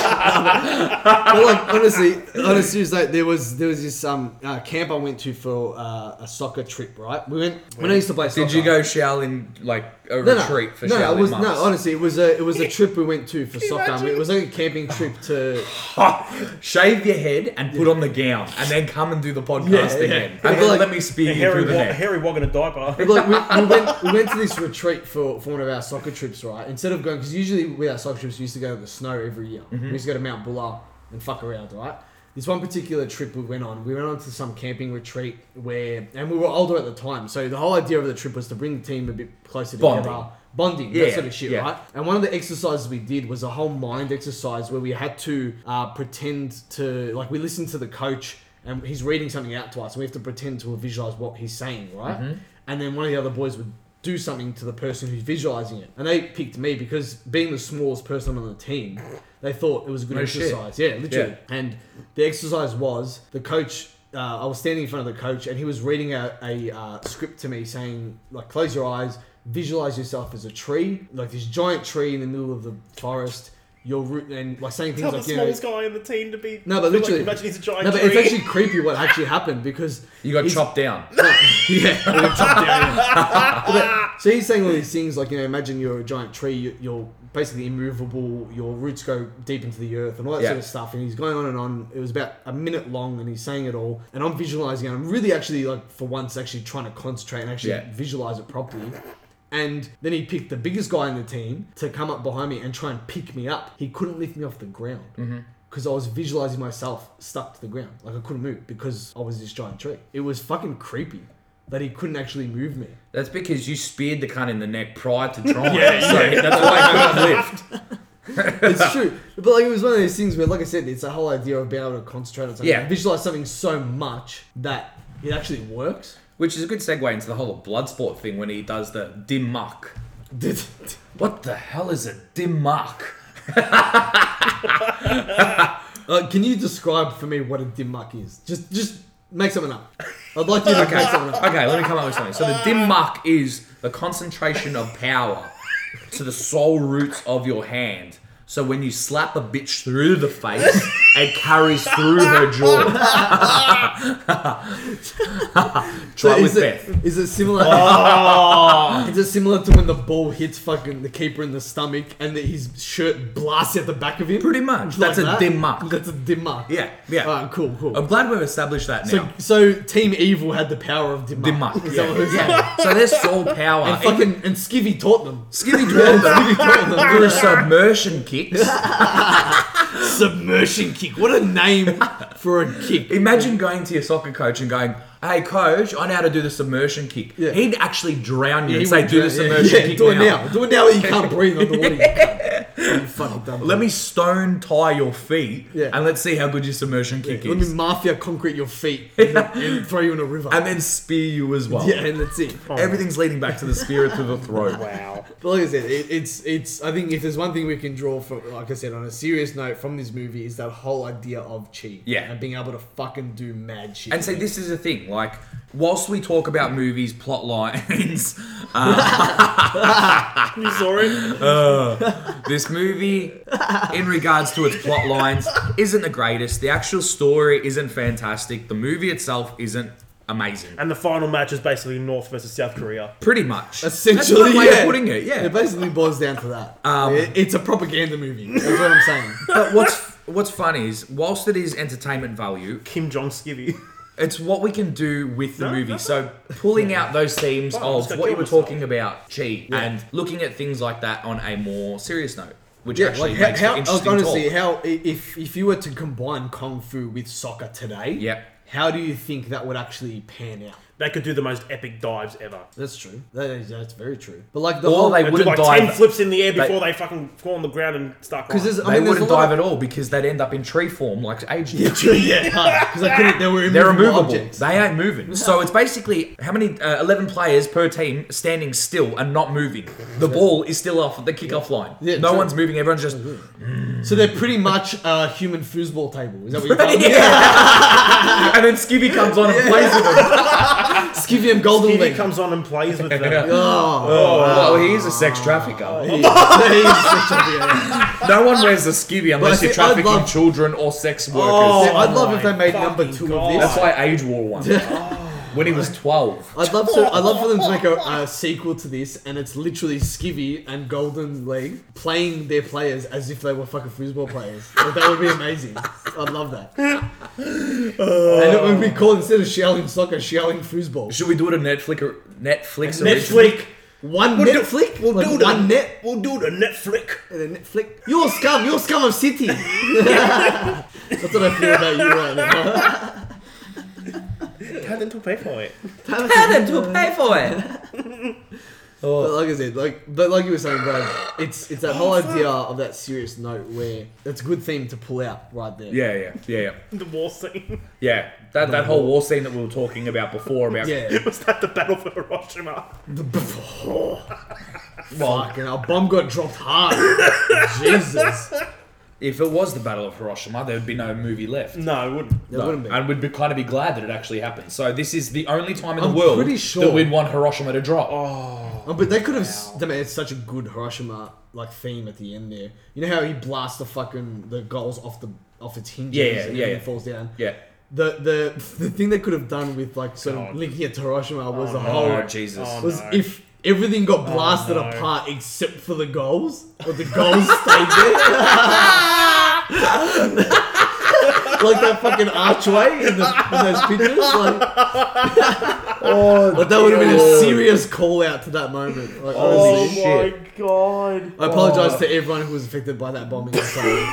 C: like honestly, on a serious note, there was there was this um uh, camp I went to for uh, a soccer trip. Right, we went when I used to play. soccer.
B: Did you go Shaolin like a
C: No, no,
B: retreat for
C: no,
B: Shaolin
C: it was
B: monks?
C: no. Honestly, it was a it was a trip we went to for soccer. I mean, it was like a camping trip to.
B: Shave your head and put on the gown, and then come and do the podcast
C: Yeah, yeah.
B: again.
C: But
B: And then
C: like-
B: let me spear you
A: Harry,
B: through the
A: Wa-
B: neck.
A: Harry Wog in a diaper.
C: But like we, we went we went to this retreat for, for one of our soccer trips, right? Instead of going because usually with our soccer trips we used to go to the snow every year.
B: Mm-hmm.
C: We used to go to Mount Buller and fuck around, right? This one particular trip we went on, we went on to some camping retreat where, and we were older at the time, so the whole idea of the trip was to bring the team a bit closer together,
B: Bonding.
C: bonding, that
B: Yeah,
C: sort of shit,
B: yeah.
C: right? And one of the exercises we did was a whole mind exercise where we had to uh, pretend to, like, we listened to the coach and he's reading something out to us, and we have to pretend to visualize what he's saying, right?
B: Mm-hmm.
C: And then one of the other boys would do something to the person who's visualizing it. And they picked me because being the smallest person on the team, they thought it was a good
B: No shit.
C: exercise. Yeah, literally. And the exercise was the coach. Uh, I was standing in front of the coach, and he was reading a, a uh, script to me, saying, "Like, close your eyes, visualize yourself as a tree, like this giant tree in the middle of the forest. Your root, and like saying things
A: Tell the
C: like, you know,
A: smallest guy in the team to be.
C: no, but literally,
A: Like, imagine he's a giant
C: no, but it's
A: tree.
C: actually creepy what actually happened because
B: You got
C: he's-
B: chopped down.
C: yeah, we got chopped down. yeah. But- so he's saying all these things like you know, imagine you're a giant tree, you- you're basically immovable, your roots go deep into the earth, and all that
B: Yeah.
C: sort of stuff. And he's going on and on. It was about a minute long, and he's saying it all. And I'm visualizing. it. I'm really actually like for once actually trying to concentrate and actually
B: Yeah.
C: visualize it properly. And then he picked the biggest guy in the team to come up behind me and try and pick me up. He couldn't lift me off the ground
B: Mm-hmm.
C: because I was visualizing myself stuck to the ground. Like I couldn't move because I was this giant tree. It was fucking creepy. that he couldn't actually move me.
B: That's because you speared the cunt in the neck prior to trying.
A: Yeah,
B: so that's why I couldn't lift.
C: It's true, but like it was one of those things where, like I said, it's the whole idea of being able to concentrate on something,
B: Yeah.
C: visualize something so much that it actually works.
B: Which is a good segue into the whole Bloodsport thing when he does the dim muck. What the hell is a dim muck?
C: Uh, can you describe for me what a dim muck is? Just, just make something up. I'd like you to make something up.
B: Okay, let me come up with something. So the dim muck is the concentration of power to the sole roots of your hand. So when you slap a bitch through the face, it carries through her jaw. Try it with
C: is,
B: Beth. Oh.
C: it, is it similar? Is it similar to when the ball hits fucking the keeper in the stomach and that his shirt blasts out the back of him?
B: Pretty much.
C: Like
B: That's a
C: that?
B: dim muck.
C: That's a dim muck.
B: Yeah, yeah.
C: Alright, cool, cool.
B: I'm glad we've established that
C: So,
B: now.
C: so Team Evil had the power of Dimmuck.
B: Dim muck.
C: Is that
B: Yeah.
C: what it was?
B: yeah. So there's sole power.
C: And fucking Uh, and Skivvy taught them.
B: Skibby Dwarven for the submersion kicks.
C: Submersion kick. What a name for a kick.
B: Imagine going to your soccer coach and going, "Hey, coach, I know how to do the submersion kick."
C: Yeah.
B: He'd actually drown you
C: He
B: and say,
C: would
B: "Do
C: dra-
B: the submersion
C: yeah,
B: kick
C: do
B: now."
C: it now. Do it now. That you can't breathe underwater. You, cunt. you fucking dumb.
B: Let me stone tie your feet
C: Yeah.
B: and let's see how good your submersion kick
C: Let
B: is,
C: me mafia concrete your feet and, and throw you in a river. Oh.
B: and then spear you as well.
C: yeah, and that's it.
B: Everything's leading back to the spear through the throat. Wow.
C: But like I said, it, it's it's. I think if there's one thing we can draw for, like I said, on a serious note from this movie is that whole idea of cheat.
B: Yeah.
C: And being able to fucking do mad shit.
B: And see, this is the thing. Like, whilst we talk about movies, plot lines, uh,
A: You saw it?
B: this movie, in regards to its plot lines, isn't the greatest. The actual story isn't fantastic. The movie itself isn't amazing.
A: And the final match is basically North versus South Korea.
B: Pretty much.
C: Essentially,
B: That's one way
C: yeah.
B: of putting it, yeah.
C: It basically boils down to that.
B: Um,
C: It- it's a propaganda movie. That's what I'm saying.
B: But what's what's funny is, whilst it is entertainment value,
A: Kim Jong Skivvy.
B: it's what we can do with the
A: No,
B: movie.
A: no,
B: So pulling out those themes
A: Well, I'm just gonna
B: of what you
A: kill myself.
B: were talking about, Chi, and looking at things like that on a more serious note, which
C: Yeah,
B: actually
C: like
B: makes
C: how,
B: for
C: how
B: interesting
C: like, honestly,
B: talk.
C: how i- if if you were to combine kung fu with soccer today,
B: Yeah.
C: how do you think that would actually pan out?
A: They could do the most epic dives ever.
C: That's true. That is, that's very true. But like the
B: Or
C: whole
B: they
A: They do
B: wouldn't
A: like
B: dive.
A: ten flips in the air before they, fucking fall on the ground and start
C: because
A: crying.
C: there's I
B: they
C: mean,
B: wouldn't
C: there's a lot
B: dive
C: of-
B: at all because they'd end up in tree form, like aged.
C: Yeah, true. Yeah, because I couldn't. They were immovable
B: They're immovable.
C: objects.
B: They ain't moving. So it's basically how many uh, eleven players per team standing still and not moving. The ball is still off the kickoff line.
C: Yeah,
B: no
C: true. Mm-hmm.
B: one's moving. Everyone's just
C: So they're pretty much a human foosball table. Is that what you're calling it?
B: Yeah. and then Skibby comes on and plays with them.
C: Skivium Golden
A: Skivvy
C: League.
A: comes on and plays with them.
C: Oh,
B: Oh, well, he is a sex trafficker.
C: he- he's such a- yeah.
B: No one wears a skivvy
C: But I
B: unless you're
C: think I'd
B: trafficking
C: love-
B: children or sex workers.
A: Oh,
C: I'd love if
A: my
C: they made number
A: fucking
C: two
A: God.
C: of
B: That's
C: this.
B: why Age War won. when he was 12.
C: I'd love to. I'd love for them to make a, a sequel to this, and it's literally Skivvy and Golden League playing their players as if they were fucking foosball players. Like, that would be amazing. I'd love that.
A: Uh,
C: And it would be called instead of shouting soccer, shouting foosball.
B: Should we do it a Netflix or Netflix original?
A: Netflix.
C: One
A: We'll do-
C: net flick,
A: We'll
C: like
A: do the
C: one net,
A: We'll do the Netflix.
C: and a net flick. You're scum. You're scum of city. That's what I feel about you right now.
A: How them to pay for it?
B: Tell them to pay for it.
A: Oh.
C: But like I said, like but like you were saying, Brad, it's it's that whole idea of that serious note where it's a good theme to pull out right there.
B: Yeah, yeah, yeah, yeah.
A: The war scene.
B: Yeah, that, that whole war scene that we were talking about before about
C: Yeah.
A: Was that the battle for Hiroshima?
C: Fucking our bomb got dropped hard. Jesus.
B: if it was the Battle of Hiroshima, there would be no movie left.
A: No, it wouldn't.
C: There Mm, wouldn't be.
B: And we'd be kind of be glad that it actually happened. So this is the only time in the
C: I'm
B: world
C: pretty sure-
B: that we'd want Hiroshima to drop.
C: Oh, but they could have. s I mean, it's such a good Hiroshima like theme at the end there. You know how he blasts the fucking the goals off the off its hinges
B: Yeah, yeah,
C: and
B: yeah,
C: everything
B: yeah.
C: falls down.
B: Yeah.
C: The the the thing they could have done with like sort of
A: God.
C: linking it to Hiroshima was the whole
B: Oh, Jesus.
A: Oh,
C: was
A: no.
C: if everything got
B: Oh,
C: blasted
A: no.
C: apart except for the goals, or the goals stayed there. like that fucking archway in, the, in those pictures. Like, but Oh, that would have been
B: Oh.
C: a serious call out to that moment. Like,
A: Oh
C: honestly.
A: my god.
C: I apologize to everyone who was affected by that bombing. Sorry.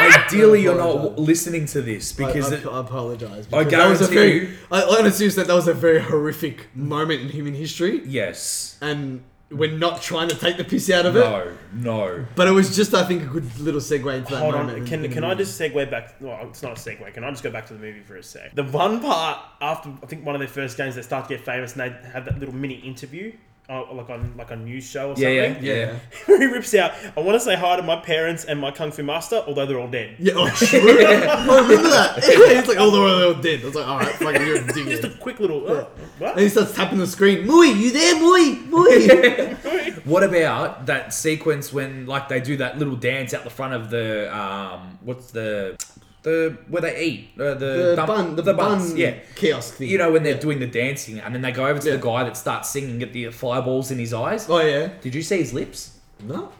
B: Ideally, you're not listening to this because
C: Oh, I,
B: it,
C: I apologize.
B: I
C: because that was a
B: guarantee
C: very- I, I'm gonna assume that that was a very horrific moment in human history,
B: yes,
C: and we're not trying to take the piss out of it.
B: no, no.
C: But it was just, I think, a good little segue into that
A: Hold
C: moment.
A: on,
C: in-
A: can,
C: in
A: can
C: the
A: I
C: movie.
A: just segue back? Well, it's not a segue. Can I just go back to the movie for a sec? The one part after I think one of their first games, they start to get famous, and they have that little mini interview, uh, like on like a news show or
B: Yeah, yeah,
A: something.
B: yeah.
A: Where he rips out, "I want to say hi to my parents and my kung fu master, although they're all dead."
C: Yeah, oh, true. I remember that. It's like, oh, they're all dead. I was like, all right, fucking, you're a
A: Just a
C: dickhead.
A: quick little. Uh, what?
C: And he starts tapping the screen. Muy, you there, Muy? Muy.
B: What about that sequence when like they do that little dance out the front of the um what's the the where they eat uh, the
C: The
B: dump-
C: bun, the,
B: buns,
C: bun
B: yeah.
C: kiosk thing.
B: You know when they're doing the dancing and then they go over to the guy that starts singing, get the fireballs in his eyes.
C: Oh yeah.
B: Did you see his lips?
C: No.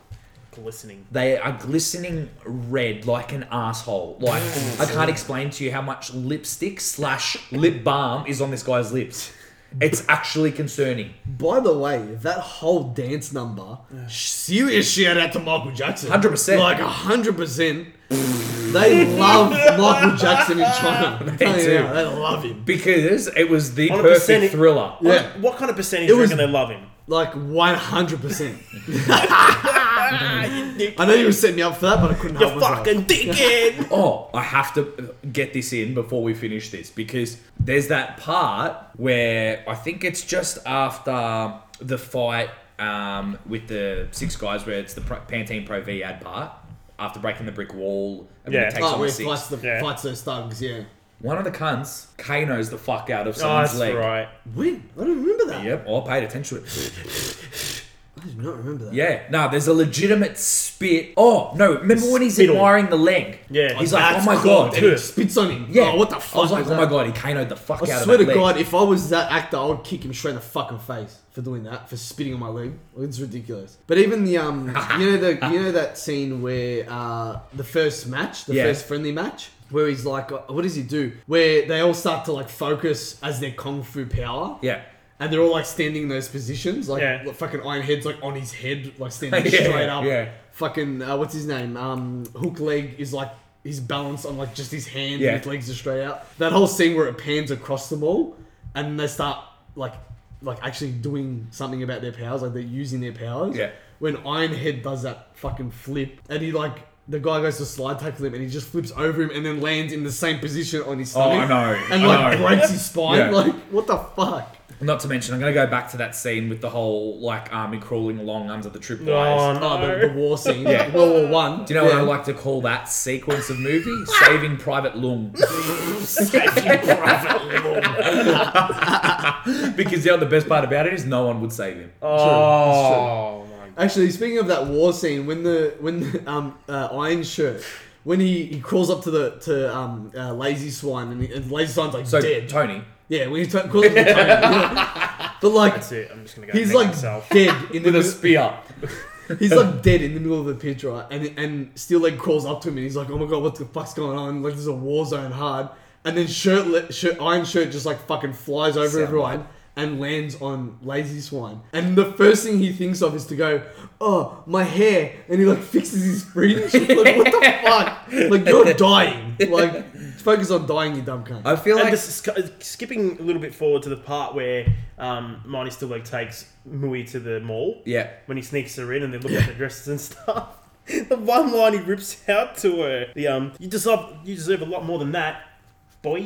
A: Glistening.
B: They are glistening red like an asshole. Like I can't explain to you how much lipstick slash lip balm is on this guy's lips. It's actually concerning.
C: By the way, that whole dance number, serious shout out to Michael Jackson.
B: 100%.
C: Like hundred percent. They love Michael Jackson in China. I'm telling you
B: do.
C: now, They love him.
B: Because it was the
A: On a
B: perfect
A: percentage-
B: thriller.
C: Yeah,
A: What kind of percentage
C: It
A: do you
C: was-
A: reckon they love him?
C: like one hundred percent. I know you were setting me up for that, but I couldn't help
A: You
C: myself.
A: fucking dickhead.
B: Oh, I have to get this in before we finish this because there's that part where I think it's just after the fight um, with the six guys where it's the Pro- Pantene Pro V ad part after breaking the brick wall. And then
A: Yeah.
B: it takes
C: Oh,
B: on
C: where
B: the
C: he
B: six.
C: fights the
A: Yeah.
C: fights those thugs. Yeah.
B: One of the cunts Kano's the fuck out of
A: Oh,
B: someone's
A: that's
B: leg.
A: right.
C: When? I don't remember that.
B: Yep, Oh, I paid attention to it.
C: I do not remember that.
B: Yeah, no, there's a legitimate spit. Oh no, remember when he's
A: Spittle.
B: admiring the leg?
A: Yeah.
B: he's like,
C: That's
B: oh my
C: cool,
B: god.
C: And he spits on him.
B: Yeah,
C: Oh, what the fuck?
B: I was like,
C: was
B: oh my
C: that?
B: god, he Kano'd the fuck out
C: I
B: of
C: swear
B: that
C: to
B: leg.
C: God, if I was that actor, I would kick him straight in the fucking face for doing that, for spitting on my leg. It's ridiculous. But even the um, you know the you know that scene where uh, the first match, the
B: Yeah.
C: first friendly match, where he's like, uh, what does he do? Where they all start to like focus as their kung fu power.
B: Yeah.
C: And they're all like standing in those positions, like
A: Yeah.
C: like, fucking Iron Head's like on his head, like standing
B: Yeah,
C: straight up.
B: yeah.
C: Fucking uh, what's his name? Um, Hook Leg is like his balance on like just his hand.
B: Yeah.
C: and His legs are straight out. That whole scene where it pans across them all, and they start like like actually doing something about their powers, like they're using their powers.
B: Yeah.
C: When Iron Head does that fucking flip, and he like. The guy goes to slide tackle him, and he just flips over him, and then lands in the same position on his
B: Oh, I
C: stomach.
B: know,
C: And
B: I
C: like
B: know.
C: breaks his spine.
B: Yeah.
C: Like, what the fuck?
B: Not to mention, I'm going to go back to that scene with the whole like army crawling along under the tripwires.
A: Oh,
C: Oh,
A: no.
C: the, the war scene. yeah. World War One.
B: Do you know
C: Yeah.
B: what I like to call that sequence of movie? Saving Private Lung. because you know, the best part about it is no one would save him.
C: Oh,
A: Oh, my God.
C: Actually, speaking of that war scene, when the when the, um uh, Iron Shirt, when he, he crawls up to the to um uh, Lazy Swine and, he, and Lazy Swine's like
B: So
C: dead.
B: Tony,
C: yeah, when he t- calls him Tony. But like
A: That's it. I'm just gonna go.
C: he's
A: neck
C: like
A: myself.
C: dead in the
B: with a
C: mid-
B: spear.
C: he's like dead in the middle of the pitch, right? And and Steel Leg crawls up to him and he's like, oh my god, what the fuck's going on? Like there's a war zone hard. And then shirt, le- shirt Iron Shirt just like fucking flies over
B: Sound
C: everyone. And lands on Lazy Swine, and the first thing he thinks of is to go, "Oh, my hair!" And he like fixes his breathing. She's like, "What the fuck? Like you're dying! Like focus on dying, you dumb cunt."
B: I feel
A: And
B: like
A: this is ki- skipping a little bit forward to the part where um, Marty Stillberg takes Mui to the mall.
B: yeah.
A: When he sneaks her in and they look at the dresses and stuff. The one line he rips out to her. The um, you deserve you deserve a lot more than that, boy.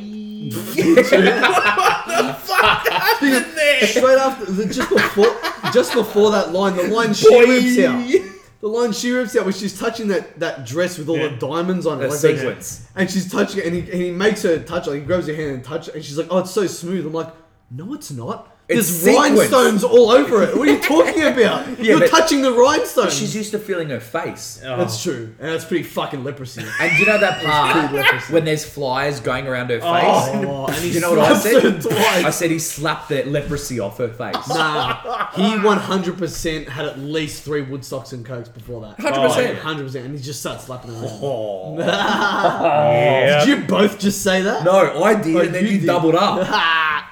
A: what the fuck happened there?
C: Straight after, the- just before, just before that line, the line she rips out, the line she rips out, where she's touching that, that dress with all
A: Yeah.
C: the diamonds on it,
B: The
C: like those-
B: sequence.
C: and she's touching it, and he, and he makes her touch, it, like he grabs her hand and touch it, and she's like, "Oh, it's so smooth." I'm like, "No, it's not."
B: It's
C: There's
B: sequence.
C: rhinestones all over it. What are you talking about? You're
B: but-
C: touching the rhinestones.
B: She's used to feeling her face.
C: that's true, and that's pretty fucking leprosy.
B: And you know that
C: pretty
B: part
C: leprosy.
B: when there's flies going around her face?
C: Oh, and he
B: you know what I
C: slaps her
B: said?
C: twice.
B: I said he slapped the leprosy off her face.
C: Nah, he 100% had at least three Woodstocks and Cokes before that.
B: 100%.
C: 100%. And he just started slapping her. around.
B: Oh.
A: Yeah.
C: Did you both just say that?
B: No, I did,
C: Oh,
B: and then
C: you
B: you
C: did.
B: doubled up.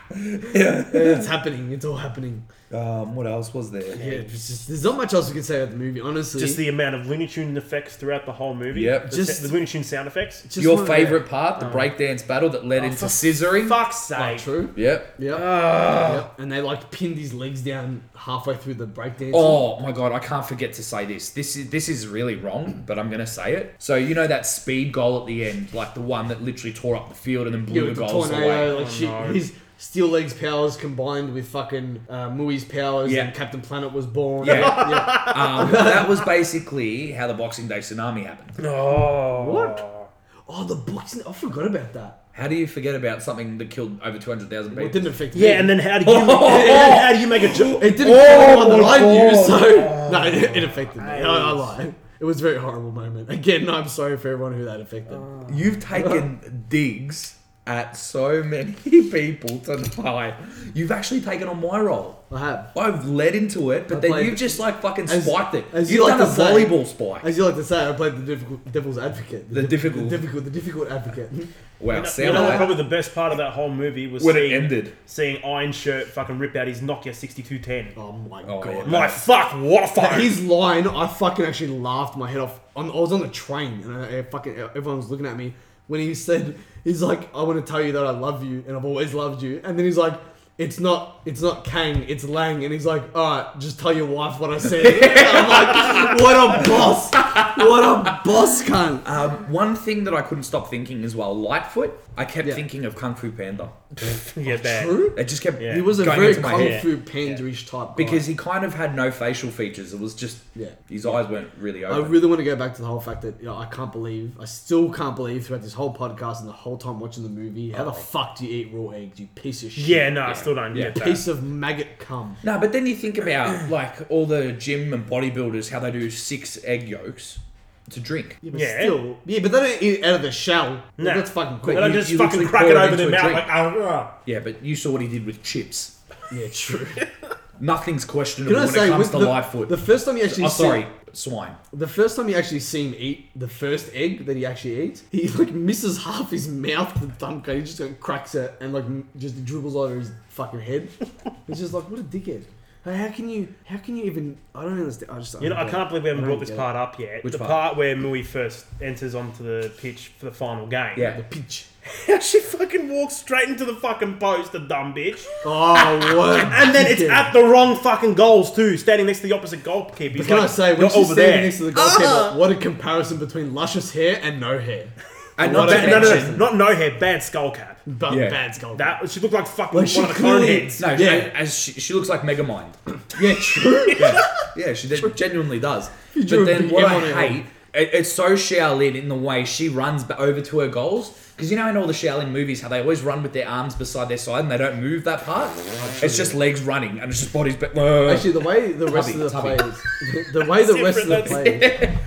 C: it's happening. It's all happening.
B: Um, what else was there?
C: Yeah, it's just, there's not much else we can say about the movie, honestly.
A: Just the amount of Looney Tune effects throughout the whole movie.
B: Yep.
A: The,
C: Just-
A: sa- the Looney Tune sound effects.
C: Just
B: Your
C: one of the- Oh.
B: favorite part, the breakdance battle that led into scissoring.
A: Fuck's sake.
C: True.
B: Yep.
C: Yeah.
B: Ah.
C: Yep. And they like pinned his legs down halfway through the breakdance.
B: Oh my god, I can't forget to say this. This is this is really wrong, but I'm gonna say it. So you know that speed goal at the end, like the one that literally tore up the field and then
C: Yeah,
B: blew
C: with
B: the
C: the
B: goals
C: tornado,
B: away. Oh,
C: like shit. His steel legs powers combined with fucking uh, Mui's powers,
B: Yeah.
C: and Captain Planet was born.
B: Yeah. Um, that was basically how the Boxing Day tsunami happened.
A: Oh.
C: What? Oh, the books. I forgot about that.
B: How do you forget about something that killed over two hundred thousand
C: Well, it
B: people?
C: didn't affect me.
A: Yeah, and then how do you? and then how do you make a joke?
C: it didn't affect
B: Oh,
C: anyone that I knew. So no, it, it affected me. I, I lie. It was a very horrible moment. Again, I'm sorry for everyone who that affected.
B: You've taken digs at so many people tonight. You've actually taken on my role.
C: I have.
B: I've led into it, but
C: I
B: then
C: played-
B: you've just like fucking
C: as-
B: spiked it.
C: as
B: you've
C: you like
B: done a
C: to say-
B: volleyball spike.
C: As you like to say, I played the difficult, devil's advocate.
B: The
C: diff-
B: difficult.
C: the difficult, the difficult advocate.
B: wow,
A: You
B: sound
A: know,
B: like
A: probably the best part of that whole movie was
B: when it
A: seeing,
B: ended.
A: seeing Iron Shirt fucking rip out his Nokia 6210.
C: Oh my
B: Oh,
C: god!
B: yeah.
A: My fuck, what a
C: But
A: phone!
C: his line, I fucking actually laughed my head off. On, I was on the train and I, I fucking everyone was looking at me when he said, "He's like, I want to tell you that I love you and I've always loved you." And then he's like, "It's not, it's not Kang, it's Lang." And he's like, "All right, just tell your wife what I said." I'm like, "What a boss! What a boss, cunt!"
B: Um, one thing that I couldn't stop thinking as well, Lightfoot. I kept
C: Yeah.
B: thinking of Kung Fu Panda.
A: yeah, bad.
C: True.
B: It just kept
A: Yeah.
C: He was a
B: going
C: very
B: into my
C: kung
B: head
C: fu panderish type guy.
B: because he kind of had no facial features. It was just
C: Yeah.
B: his eyes weren't really
C: I
B: open.
C: really want to go back to the whole fact that you know, I can't believe, I still can't believe throughout this whole podcast and the whole time watching the movie, how the fuck do you eat raw eggs, you piece of shit?
A: Oh. Yeah, no, I still don't get that.
C: Piece of maggot cum.
B: no, but then you think about like all the gym and bodybuilders, how they do six egg yolks to drink.
C: Yeah, but
A: Yeah.
C: still. Yeah, but they don't eat it out of the shell.
A: No.
C: That's fucking
A: They
C: quick.
A: don't
B: you-
A: just
B: you
A: fucking
B: literally
A: crack
B: pour
A: it
B: it
A: over their
B: into a
A: mouth
B: drink.
A: like, ah,
B: Yeah, but you saw what he did with chips.
C: yeah, true.
B: Nothing's questionable
C: Can I
B: when
C: say,
B: it comes
C: with
B: to
C: the,
B: Lightfoot.
C: the first time you actually
B: oh,
C: see-
B: sorry, swine.
C: the first time you actually see him eat the first egg that he actually eats, he like misses half his mouth with the thumb cut. He just like, cracks it and like m- just dribbles over his fucking head. it's just like what a dickhead. Like, how can you? How can you even? I don't understand. I just
A: You know, I can't believe we haven't
C: I
A: brought
C: don't
A: this
C: get
A: part up yet.
B: Which
A: the
B: part?
A: part? where Mui first enters onto the pitch for the final game.
B: Yeah.
C: the pitch.
A: she fucking walks straight into the fucking post, the dumb bitch.
C: Oh, what? a
A: And then it's
C: dickhead.
A: at the wrong fucking goals too, standing next to the opposite goalkeeper. He's
C: Can
A: like,
C: I say, when
A: "You're
C: she's
A: over there.
C: standing next to the goalkeeper, what a comparison between luscious hair and no hair.
B: And
C: What
B: not to
C: a-
A: Bad- no, no,
B: mention,
A: no, not no hair, bad skull cap.
C: But
B: Yeah.
C: bad goal.
A: That she looked like fucking
C: Well, she
A: one of the cone
C: clearly-
A: heads.
B: No,
C: Yeah.
B: she, as she, she looks like Megamind.
C: yeah, true.
B: Yeah, she de- genuinely does.
C: drew
B: But
C: a
B: then
C: big
B: what
C: M
B: I
C: on her
B: hate, it, it's so Shaolin in the way she runs ba- over to her goals. Because you know in all the Shaolin movies how they always run with their arms beside their side and they don't move that part. It's just legs running and it's just bodies. But uh,
C: Actually, the way the rest of
B: Tubby, tubby.
C: the players, the way the rest of the
A: That's
C: players,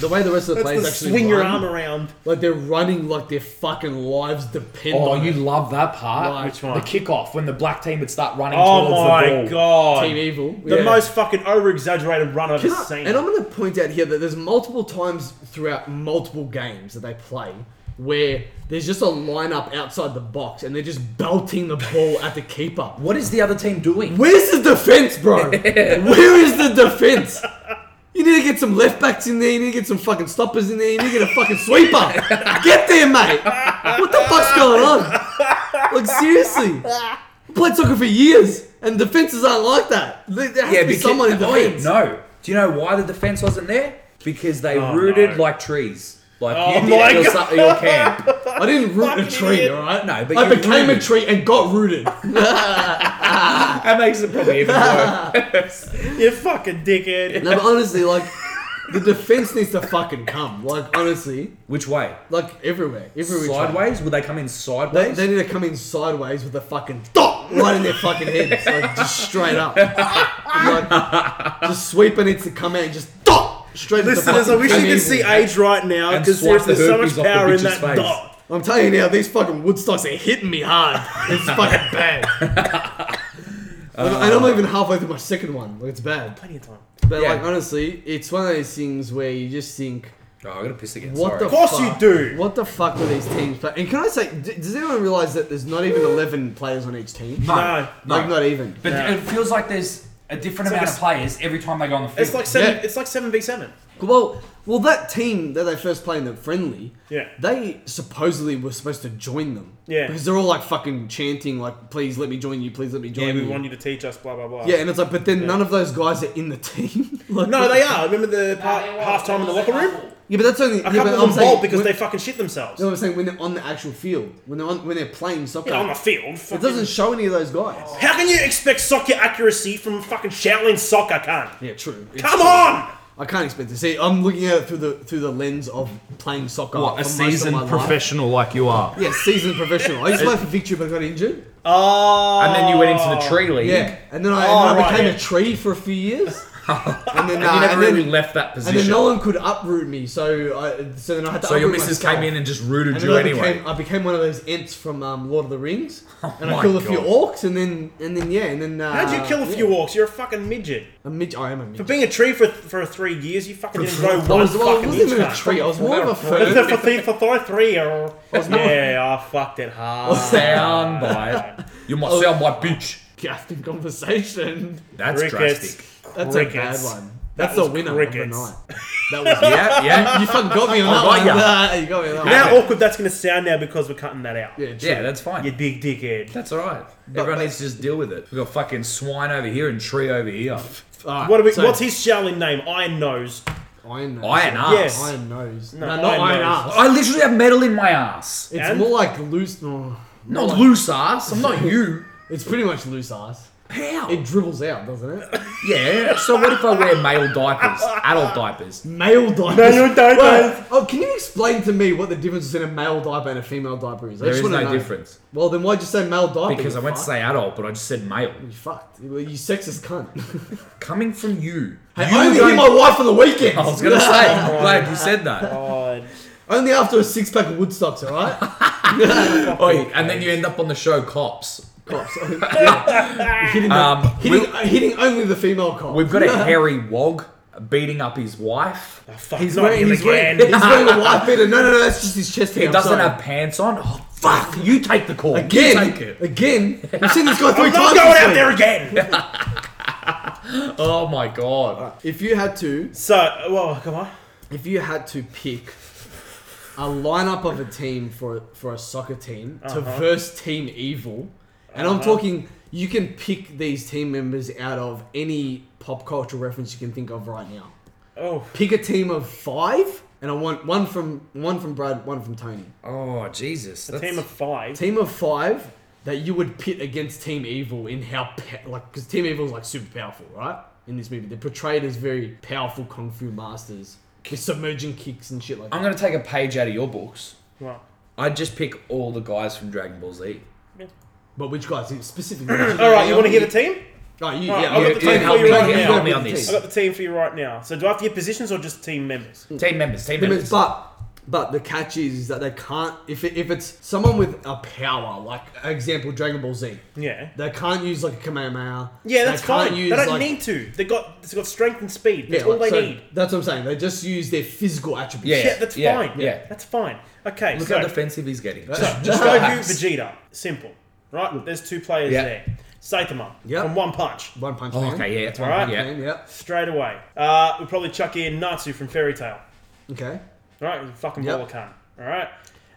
C: the way the rest of the
A: Let's
C: players
A: just
C: actually
A: swing your
C: run,
A: arm around.
C: like they're running like their fucking lives depend
B: oh,
C: on
B: you
C: you.
B: love that part.
C: Right.
A: Which one?
B: The kickoff when the black team would start running
A: Oh
B: towards
A: my
B: the ball.
A: god.
C: Team Evil.
A: The
C: Yeah.
A: most fucking over exaggerated run I've
C: Can
A: ever
C: I-
A: seen.
C: and I'm going to point out here that there's multiple times throughout multiple games that they play where there's just a lineup outside the box and they're just belting the ball at the keeper.
B: What is the other team doing?
C: Where's the defense, bro? Where is the defense? You need to get some left backs in there. You need to get some fucking stoppers in there. You need to get a fucking sweeper. Get there, mate. What the fuck's going on? Like seriously, I played soccer for years, and defenses aren't like that. There there has to be
B: because-
C: someone in
B: oh,
C: defense.
B: No. Do you know why the defense wasn't there? Because they
A: Oh,
B: rooted
A: no.
B: like trees. Like
A: Oh,
B: you
A: my
B: did your,
A: God.
B: su- your camp.
C: I didn't root a
A: Fucking
C: tree,
A: idiot.
C: all right?
B: No, but
C: I
B: you
C: became a
B: rooted.
C: tree and got rooted.
B: That makes it probably even worse.
A: you fucking dickhead.
C: no, but honestly, like the defense needs to fucking come. Like honestly,
B: Which way?
C: like everywhere, everywhere. we try.
B: Sideways? Would they come in
C: They,
B: sideways?
C: they need to come in sideways with a fucking dot right in their fucking heads, like just straight up. Like, just sweeper needs to come out and just dot straight. at the
A: Listeners, I
C: fucking
A: wish you
C: team.
A: could see age right now
B: And
A: because
B: swipe the
A: seriously, there's so much
B: herpes off the
A: power in that
B: bitch's face.
A: dot.
C: I'm telling you now, these fucking Woodstocks are hitting me hard. It's fucking bad. Like, and I'm not even halfway through my second one. Like it's bad.
A: Plenty of time.
C: But
B: Yeah.
C: like honestly, it's one of those things where you just think
B: Oh, I gotta piss again.
C: What
B: sorry.
C: the
A: Of course you
C: fuck?
A: do.
C: What the fuck were these teams play? And can I say, d- does anyone realize that there's not even 11 players on each team?
A: No.
C: Like, not even.
H: But
A: Yeah.
H: it feels like there's a different
A: It's like
H: amount
A: a
H: of players every time they go on the field.
A: It's like seven.
C: Yeah.
A: It's like seven v seven.
C: Well, well, that team that they first played in the friendly,
A: Yeah.
C: they supposedly were supposed to join them,
A: Yeah.
C: because they're all like fucking chanting like, "Please let me join you, please let me join
A: Yeah, we
C: you."
A: want you to teach us. Blah blah blah.
C: yeah, and it's like, but then none of those guys are in the team. like,
A: No, they are. Remember the part, half time in the locker room?
C: Yeah, but that's only
A: A
C: yeah,
A: couple
C: but
A: of
C: I'm
A: them
C: saying
A: bolt because
C: when,
A: they fucking shit themselves.
C: No, I'm saying when they're on the actual field, when they're on, when they're playing soccer,
A: Yeah, on the field.
C: it
A: fucking-
C: doesn't show any of those guys.
A: How can you expect soccer accuracy from fucking Shaolin soccer, cunt?
C: Yeah, true.
A: Come on!
C: I can't expect to see. I'm looking at it through the through the lens of playing soccer.
I: What, a
C: for most of my
I: seasoned
C: life.
I: professional like you are.
C: Yeah, seasoned professional. I used to play for Victory, but I got injured.
A: Oh.
B: And then you went into the tree league.
C: Yeah, and then I,
A: Oh,
C: and I
A: right,
C: became
A: yeah.
C: a tree for a few years, and then, uh,
B: You never
C: and,
B: really
C: then
B: left that
C: and
B: position.
C: then no one could uproot me. So I so then I had to.
B: so your
C: uproot
B: missus
C: myself.
B: came in and just rooted
C: And then
B: you
C: I became,
B: anyway. Oh
C: I became one of those ents from um, Lord of the Rings, and
B: my
C: I killed a few
B: God.
C: orcs, and then and then yeah, and then uh,
A: Oh. How'd you kill a few orcs? You're a fucking midget.
C: A midge. I am a midge.
A: For being a tree for for three years, you fucking didn't grow
C: I
A: one
C: was, well, I
A: fucking
C: wasn't
A: inch.
C: even a
A: cunt.
C: tree. I was more of a
A: For
C: fern.
A: three, for three, three, or yeah, I fucked it hard.
B: Sound bite. You must sound my bitch.
C: Captain conversation.
B: That's
A: Crickets.
B: drastic.
C: That's a
A: Crickets.
C: bad one. That's
A: was
C: the winner of
A: crickets.
C: the night. That was
B: Yeah, yeah.
C: You fucking got me on that
B: got
C: one.
B: ya.
C: Nah, you got me on that
A: How
C: one.
A: awkward that's gonna sound now because we're cutting that out.
C: Yeah, true.
B: Yeah, that's fine.
A: You big dickhead.
B: That's alright. Everyone
C: but-
B: needs to just deal with it. We've got fucking swine over here and tree over here.
C: Alright,
A: What are we,
C: so-
A: what's his Shaolin name? Iron Nose.
C: Iron Nose?
B: Iron ass.
A: Yes.
C: Iron Nose. No,
A: No,
C: not
A: Iron
C: Iron,
A: Nose.
C: Ass.
B: I literally have metal in my ass.
C: It's
A: And?
C: more like loose. No,
B: Not loose ass. I'm not you.
C: it's pretty much loose ass.
B: How?
C: It dribbles out, doesn't it?
B: yeah. So what if I wear male diapers? Adult diapers.
C: male diapers.
A: Male diapers.
C: Well, oh, can you explain to me what the difference between a male diaper and a female diaper is? I
B: There
C: just
B: is
C: wanna
B: no
C: know.
B: difference.
C: Well, then why'd you say male diaper?
B: Because
C: you
B: I went to
C: fuck?
B: say adult, but I just said male.
C: You fucked. You you sexist cunt.
B: Coming from you.
C: Hey,
B: you
C: I only hit
B: don't-
C: my wife on the weekends.
B: I was gonna say, I'm glad you said that.
C: Uh,
A: God.
C: Only after a six pack of Woodstocks, alright? Oh,
B: Oi, and then you end up on the show Cops.
C: cops. Yeah. hitting, the-
B: Um,
C: hitting, uh, hitting only the female cop.
B: We've got a hairy wog beating up his wife.
A: Oh, fuck,
C: He's
A: not
C: wearing,
A: him
C: he's,
A: again.
C: wearing, he's wearing a white beater. No, no, no, that's just his chest hair.
B: He
C: I'm
B: doesn't
C: sorry.
B: have pants on. Oh fuck! You take the call. You
C: Again,
B: take it.
C: again. I've seen this guy 3
A: I'm
C: times.
A: not going
C: this
A: out
C: week.
A: there again.
B: Oh my god.
C: If you had to,
A: So, well, come on.
C: if you had to pick a lineup of a team for for a soccer team to
A: Uh-huh.
C: verse Team Evil, and I'm talking, you can pick these team members out of any pop culture reference you can think of right now.
A: Oh,
C: Pick a team of five, and I want one from one from Brad, one from Tony.
B: Oh Jesus.
A: a team of five.
C: team of five that you would pit against Team Evil in how pa- like because Team Evil is like super powerful, right? In this movie, they're portrayed as very powerful kung fu masters with submerging kicks and shit like that.
B: I'm gonna take a page out of your books.
A: Well,
B: I'd just pick all the guys from Dragon Ball Z.
C: But which guys specifically?
A: all right, you want to hear the team?
C: Oh, you,
A: All right,
C: yeah,
A: I'll
C: you-
A: get the
C: you-
A: team
C: you-
A: for you
C: you-
A: right
C: you
A: now.
C: go
A: Help me
C: with
B: on
C: the
B: this.
A: I
C: team.
A: got the team for you right now. So, do I have to get positions or just team members?
B: Team members. Team
C: Yeah,
B: members.
C: but- But but the catch is, is that they can't if it, if it's someone with a power like example Dragon Ball Z.
A: Yeah.
C: They can't use like a Kamehameha.
A: Yeah, that's
C: they can't
A: fine. They
C: Use,
A: don't
C: like-
A: need to. They got they got strength and speed. That's
C: yeah,
A: all they
C: like, so
A: need.
C: That's what I'm saying. They just use their physical attributes.
B: Yeah.
A: Yeah, that's
B: yeah,
A: fine.
B: yeah.
A: that's fine. Okay,
B: Look
A: so
B: how defensive he's getting.
A: just Goku, Vegeta, simple, right? There's two players
B: Yeah.
A: there. Saitama
C: Yeah.
A: from one punch
C: One Punch
B: Oh,
C: Man.
B: okay, yeah, it's one.
A: Alright.
B: Yeah.
C: Man, yeah.
A: straight away. Uh, we'll probably chuck in Natsu from Fairy Tail.
C: Okay.
A: All right, he's a fucking
C: Yep.
A: baller cunt. All right.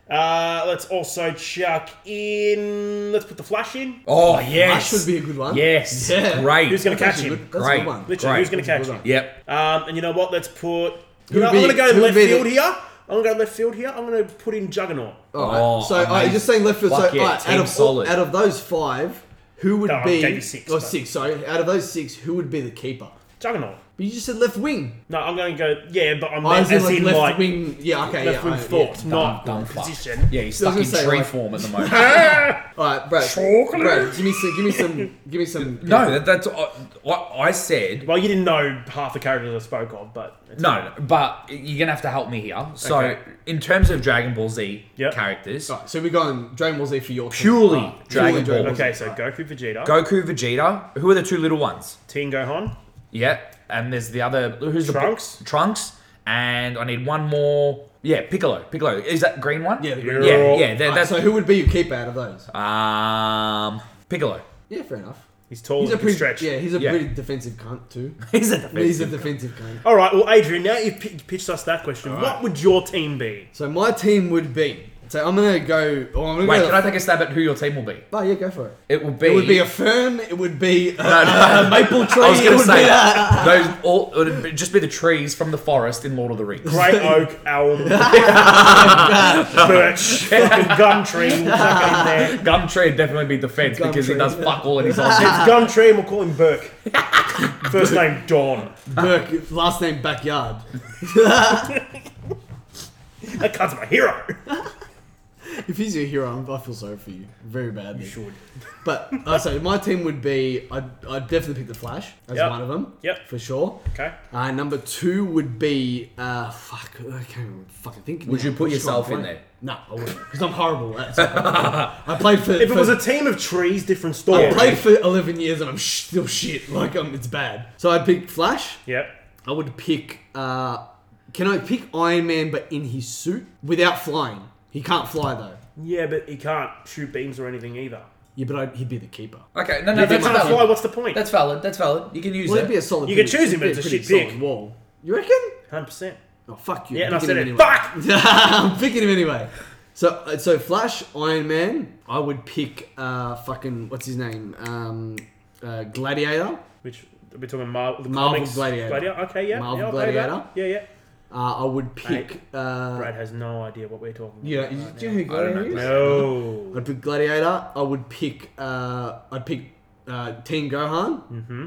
A: Uh, let's also chuck in. Let's put the Flash in.
B: Oh
C: That
B: yes.
C: should be a good one.
B: Yes.
C: Yeah.
B: Great.
A: Who's gonna
C: That's
A: catch
C: actually
A: him?
C: good- That's a
B: Great.
C: good one.
A: Literally,
B: Great.
A: who's gonna catch
C: That's a
A: him?
C: good
B: Yep.
A: Um, and you know what? Let's put. You
C: Who'd
A: know,
C: be-
A: I'm gonna go
C: who'd
A: left
C: be the-
A: field here. I'm gonna go left field here. I'm gonna put in Juggernaut.
C: Alright,
B: Oh,
C: so alright,
B: amazing.
C: you're just saying left field. So
B: Fuck yeah,
C: alright,
B: team
C: out of
B: solid.
C: All, out of those five, who would
A: No, I
C: be?
A: gave you six, but-
C: or six. Sorry, out of those six, who would be the keeper?
A: Juggernaut.
C: But you just said left wing.
A: No, I'm going to go. Yeah, but I'm
C: Oh,
A: as,
C: as in, like,
A: in
C: left
A: like
C: wing. Yeah. Okay.
A: left
C: yeah.
A: wing
C: alright,
A: thought,
C: yeah.
A: not
B: Dumb fuck.
A: position.
B: Yeah, he's stuck
C: gonna
B: in
C: say,
B: tree
C: like-
B: form at the moment.
C: All right, Brad. Brad, give me some. Give me some. Give me some.
B: no, that, that's uh, what I said.
A: Well, you didn't know half the characters I spoke of, but it's
B: No, no, but you're gonna have to help me here. So,
A: Okay.
B: in terms of Dragon Ball Z
A: Yep.
B: characters,
C: Alright, so we're going Dragon Ball Z for your team.
B: Purely
C: Alright,
B: Dragon
C: purely
B: Ball.
A: okay. So Goku, Vegeta,
B: Goku, Vegeta, who are the two little ones?
A: Teen Gohan,
B: Yeah, and there's the other. Who's
A: Trunks?
B: the Trunks,
J: and I need one more. Yeah, Piccolo. Piccolo. Is that green one?
C: Yeah, the
J: yeah,
C: green
J: yeah.
C: one.
J: that-
C: Alright,
J: that's
C: so who would be your keeper out of those?
J: um Piccolo.
C: Yeah, fair enough.
A: He's tall
C: He's a
A: and can
C: pretty
A: stretch.
C: yeah. He's a
J: Yeah.
C: pretty defensive cunt too.
J: He's a
C: He's a defensive cunt.
A: All right, well, Adrian, now you've p- pitched us that question. What would your team be?
C: So my team would be. So I'm gonna go. Oh, I'm gonna
J: Wait,
C: go
J: can I take a stab at who your team will be?
C: Oh yeah, go for it.
J: It will be.
C: It would be a fern. It would be a, a maple tree.
J: I was
C: it
J: going to
C: would
J: say
C: be a-
J: those all it would be- just be the trees from the forest in Lord of the Rings.
A: Great oak, elm, birch, fucking gum tree. We'll chuck it in there.
J: Gumtree would definitely be defense because he
C: Gumtree,
J: does fuck all in his life.
A: It's gum tree, and we'll call him Burke. First name Dawn.
C: Burke, last name backyard.
A: That card's my hero.
C: If he's your hero, I'm, I feel sorry for you very badly. You should. But uh, so my team would be. I'd, I'd definitely pick the Flash as
A: Yep.
C: one of them.
A: Yep.
C: For sure.
A: Okay.
C: Uh, number two would be uh, fuck. I can't even fucking think.
J: Would
C: now.
J: you put
C: What's
J: yourself
C: wrong,
J: in
C: right?
J: there?
C: No, I wouldn't, because I'm horrible at. something. I played for.
A: If it
C: for-
A: was a team of trees, different story.
C: I played for 11 years and I'm sh- still shit. Like, um, it's bad. So I'd pick Flash.
A: Yep.
C: I would pick. Uh, can I pick Iron Man but in his suit without flying? He can't fly though.
A: Yeah, but he can't shoot beams or anything either.
C: Yeah, but I, he'd be the keeper.
B: Okay, no, no,
A: If he
B: that's
A: can't fly,
B: valid.
A: what's the point?
B: That's valid. That's valid. You can use
C: Well,
B: it.
C: it'd be a solid.
A: You could
C: pretty-
A: choose him, but
C: it'd be
A: it's a
C: pretty
A: shit pick.
C: solid Wall. You reckon?
A: 100%.
C: Oh fuck you.
A: Yeah,
C: I'm
A: and I
C: picking
A: said
C: him
A: it.
C: anyway.
A: Fuck!
C: I'm picking him anyway. So, uh, so Flash, Iron Man. I would pick uh, fucking what's his name, um, uh, Gladiator.
A: Which, are we talking Marvel, the
C: Marvel
A: comics?
C: Gladiator.
A: Okay, yeah.
C: Marvel
A: yeah, I'll play that.
C: Gladiator.
A: Yeah, yeah.
C: Uh, I would pick. Uh,
A: Brad has no idea what we're talking about.
C: Yeah, you- do you know who Gladiator is?
A: No.
C: I'd pick Gladiator. I would pick. Uh, I'd pick uh, Team Gohan. Mm-hmm.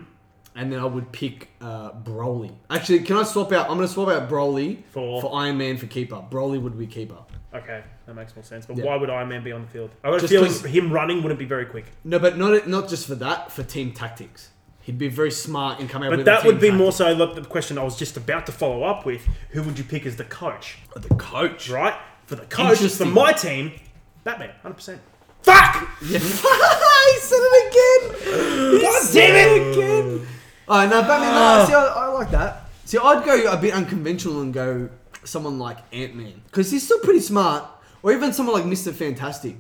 C: And then I would pick uh, Broly. Actually, can I swap out? I'm going to swap out Broly
A: For-
C: Iron Man for Keeper. Broly would be Keeper.
A: Okay, that makes more sense. But
C: Yeah.
A: why would Iron Man be on the field? I got a
C: Just
A: feeling
C: 'cause-
A: him running wouldn't be very quick.
C: No, but not not just for that. For team tactics, he'd be very smart in coming up
A: But
C: with.
A: that
C: a
A: would be
C: team
A: more so like the question I was just about to follow up with. Who would you pick as the coach?
C: tactic. the coach.
A: Right? For the coach, for
C: Interesting.
A: my team, Batman, 100%. Fuck!
C: he said it again. He
A: God
C: said
A: damn Ah.
C: it again. Oh no, Batman. no, see, I, I like that. See, I'd go a bit unconventional and go someone like Ant Man because he's still pretty smart, or even someone like Mister Fantastic,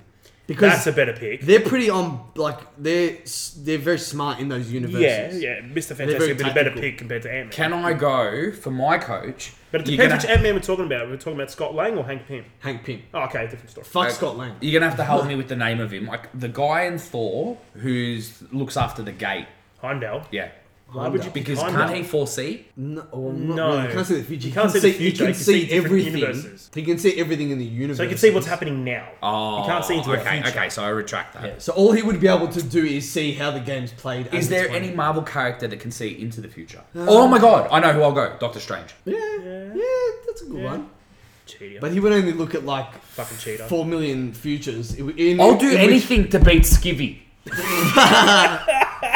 C: because
A: That's a better pick.
C: they're pretty on like they're s- they're very smart in those universes.
A: Yeah, yeah. Mr. Fantastic
C: very
A: would be a better
C: tactical.
A: pick compared to Ant Man.
B: Can I go for my coach?
A: But it
B: You're
A: depends which
B: gonna-
A: Ant Man we're talking about. We're talking about Scott Lang or Hank Pym.
C: Hank Pym.
A: Oh, okay, different story.
C: Fuck Scott Lang.
B: You're gonna have to help me with the name of him, like the guy in Thor who's looks after the gate.
A: Heimdall.
B: Yeah,
A: Why would you pick
B: because
A: Heimdall?
B: can't he foresee?
C: No, well, oh, not
A: No.
C: really. You can't see the future.
A: You can't see the future,
C: You
A: you
C: can
A: can
C: see,
A: see different
C: everything.
A: universes.
C: He can see everything in the universe.
A: So you can see what's happening now.
B: Oh,
A: you can't see into
B: okay,
A: the future.
B: okay. So I retract that. Is
C: So all he would be able to do is see how the game's played. as it's
B: there
C: played.
B: any Marvel character that can see into the future?
C: Uh,
B: oh my god, I know who I'll go. Doctor Strange.
C: Yeah, yeah, that's a good one.
A: Cheater.
C: But he would only look at like
A: Fucking cheater.
C: four million futures. It would- in-
J: I'll do
C: in which-
J: anything to beat Skivvy.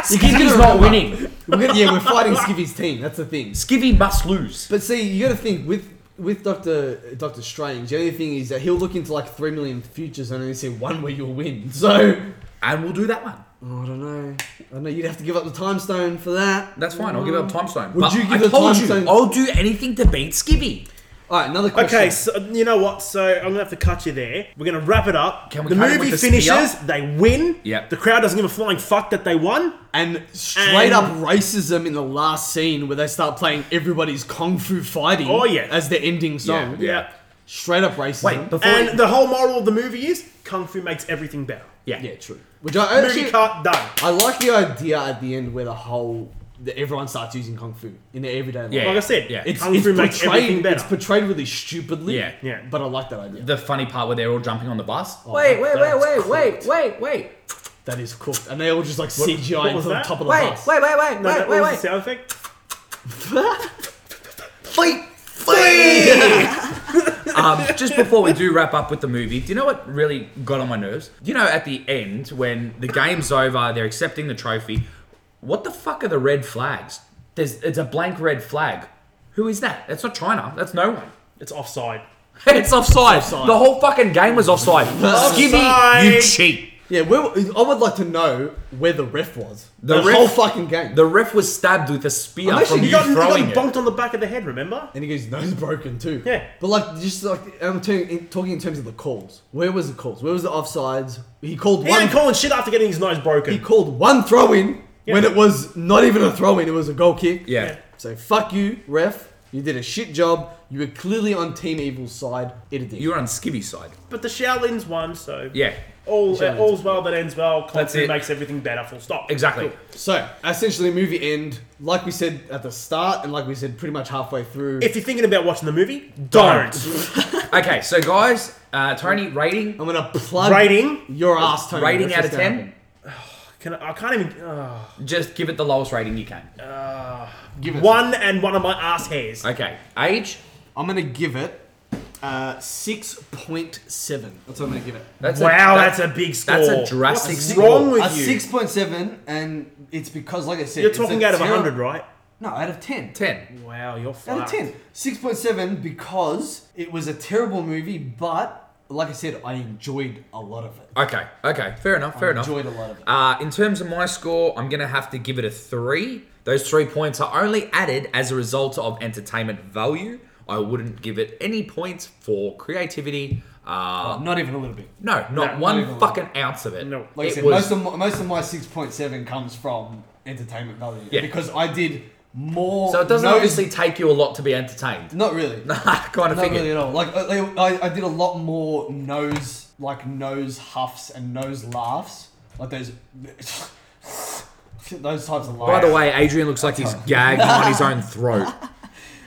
J: Skivvy's
C: gonna
J: not
C: remember.
J: winning.
C: We're gonna- yeah, we're fighting Skivvy's team. That's the thing.
J: Skivvy must lose.
C: But see, you got to think with with Doctor Doctor Strange. The only thing is that he'll look into like three million futures and only see one where you'll win. So
B: And we'll do that one.
C: Oh, I don't know. I know you'd have to give up the time stone for that.
B: That's fine. I'll give up Time Stone.
C: Would
B: But
C: you
B: I
C: give the
B: told
C: Time
B: you,
C: Stone-
B: I'll do anything to beat Skivvy.
C: All right, another question.
A: Okay, so you know what? So I'm gonna have to cut you there. We're gonna wrap it up.
B: Can we
A: the
B: cut it
A: movie
B: with the
A: finishes. They win.
B: Yep.
A: The crowd doesn't give a flying fuck that they won.
C: And straight
A: And-
C: up racism in the last scene where they start playing everybody's kung fu fighting.
A: Oh, yeah.
C: as their ending song.
A: Yeah.
C: Straight up racism.
B: Wait, before
A: And the whole moral of the movie is kung fu makes everything better.
C: yeah, true. Which I actually,
A: Movie cut done.
C: I like the idea at the end where the whole that everyone starts using kung fu in their everyday life.
B: Yeah.
A: Like I said,
B: Yeah.
A: it's,
C: It's,
A: kung
C: it's
A: fu makes everything
C: portrayed.
A: better.
C: It's portrayed really stupidly.
B: Yeah.
A: Yeah.
C: But I like that idea.
B: the funny part where they're all jumping on the bus.
C: Oh.
J: Wait,
A: Oh,
J: wait, wait, wait,
C: that's
J: wait, wait, wait,
C: That is cooked, and they all just like
A: was
C: CGI into the
A: that?
C: top of the
J: wait,
C: bus.
J: wait, wait, wait,
A: no,
J: wait,
A: that what
J: wait,
A: was
J: wait.
A: the sound effect.
C: Fight!
B: Um, just before we do wrap up with the movie, do you know what really got on my nerves? You know, at the end when the game's over, they're accepting the trophy. What the fuck are the red flags? There's it's a blank red flag. Who is that? That's not China. That's no one.
A: It's offside.
J: It's offside. The whole fucking game was offside. Skivvy, you cheat.
C: Yeah, where, I would like to know where the ref was. The,
B: ref-
C: whole fucking game.
B: The ref was stabbed with a spear
C: Unless
B: from
C: you
B: you
C: got-
A: He got
B: throwing it.
A: bonked on the back of the head, remember?
C: and he gets nose broken too.
A: Yeah.
C: But like, just like I'm t- in- talking in terms of the calls. Where was the calls? Where was the offsides? He called
A: He
C: one.
A: ain't calling shit after getting his nose broken.
C: he called one throw in when it was not even a throw in. It was a goal kick.
B: Yeah.
C: So fuck you, ref. You did a shit job. You were clearly on Team Evil's side. It a dick.
B: You're on Skibby's side.
A: But the Shaolin's won, so
B: Yeah.
A: all all's well that ends well.
B: That's
A: Content
B: it.
A: makes everything better. Full stop.
B: Exactly.
C: So essentially, movie end like we said at the start, and like we said pretty much halfway through.
A: If you're thinking about watching the movie, don't.
B: Okay, so guys, uh, Tony, rating
C: I'm gonna plug
A: Rating?
C: your ass, Tony.
B: rating out of
C: That's Oh, just
B: ten.
C: gonna happen.
A: Can I, I can't even. Uh,
B: Just give it the lowest rating you can.
A: one and one of my ass hairs.
B: Okay, age.
C: I'm gonna give it uh, six point seven. That's what I'm gonna give it.
B: That's
A: wow,
B: a,
A: that's a big score.
B: that's a drastic
A: What's
B: score.
A: wrong with
C: A
A: you?
C: six point seven, and it's because, like I said,
A: you're
C: it's
A: talking out of
C: terri-
A: hundred, right?
C: No, out of ten.
B: ten.
A: Wow, you're
C: Out
A: fucked.
C: of ten. Six point seven because it was a terrible movie, but like I said, I enjoyed a lot of it.
B: Okay, okay, fair enough, fair
C: I
B: enough.
C: enjoyed a lot of it.
B: Uh, in terms of my score, I'm gonna have to give it a three. Those three points are only added as a result of entertainment value. I wouldn't give it any points for creativity. Uh,
C: Not even a little bit.
B: no, not
C: even a
B: one
C: little.
B: fucking ounce of it.
A: No.
C: Like I
B: it
C: said,
B: was
C: most of my, most of my six point seven comes from entertainment value
B: Yeah.
C: because I did more.
B: so it doesn't
C: no-
B: obviously take you a lot to be entertained.
C: Not really.
B: I kind of
C: Not
B: figured.
C: really at all. Like I, I, I did a lot more nose, like nose huffs and nose laughs, like those, those types of
B: By
C: laughs.
B: the way, Adrian looks like he's gagging on his own throat.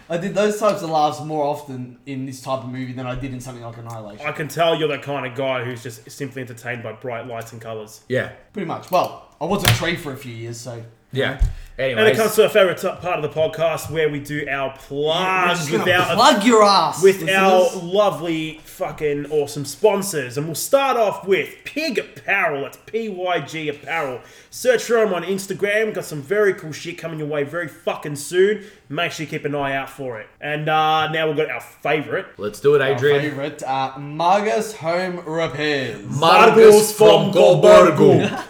C: I did those types of laughs more often in this type of movie than I did in something like Annihilation.
A: I can tell you're that kind of guy who's just simply entertained by bright lights and colours.
B: Yeah,
C: Pretty much. Well, I was a tree for a few years, so
B: yeah.
A: And it comes
B: Anyways,
A: to our favourite t- part of the podcast where we do our plugs
C: just gonna
A: Ah, without a
C: plug your ass
A: with our
C: listeners.
A: lovely fucking awesome sponsors. And we'll start off with Pig Apparel. That's PYG Apparel. Search for them on Instagram. Got some very cool shit coming your way very fucking soon. Make sure you keep an eye out for it. And uh, now we've got our favourite.
B: let's do it, Adrian.
C: favorite uh, Margus Home Repairs.
B: Margus from Goldbergu.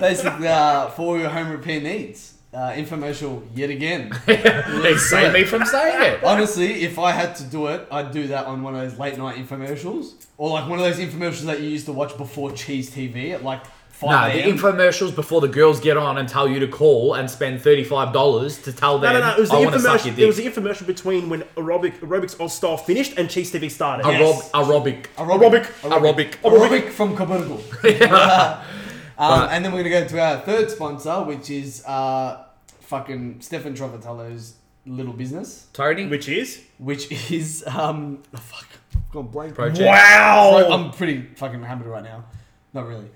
C: Basically, uh, for your home repair needs. Uh, infomercial yet again.
B: they saved me from saying it.
C: Honestly, if I had to do it, I'd do that on one of those late night infomercials, or like one of those infomercials that you used to watch before Cheese TV at like
B: No,
C: five
B: the
C: a.m.
B: infomercials before the girls get on and tell you to call and spend thirty-five dollars to tell
A: No,
B: them
A: no, no. It was the
B: I want to suck your
A: infomercial. It was
B: dick.
A: the infomercial between when aerobic aerobics all style finished and Cheese TV started.
B: Aerob- aerobic,
C: aerobic,
B: aerobic.
C: aerobic from Kaburgu. um, and then we're gonna go to our third sponsor, which is uh, fucking Stefan Trovatello's little business,
B: Tony,
A: Which is
C: which is um, oh, fuck, I've gone blank.
B: project.
C: So
A: wow.
B: um-
C: I'm pretty fucking hammered right now. Not really.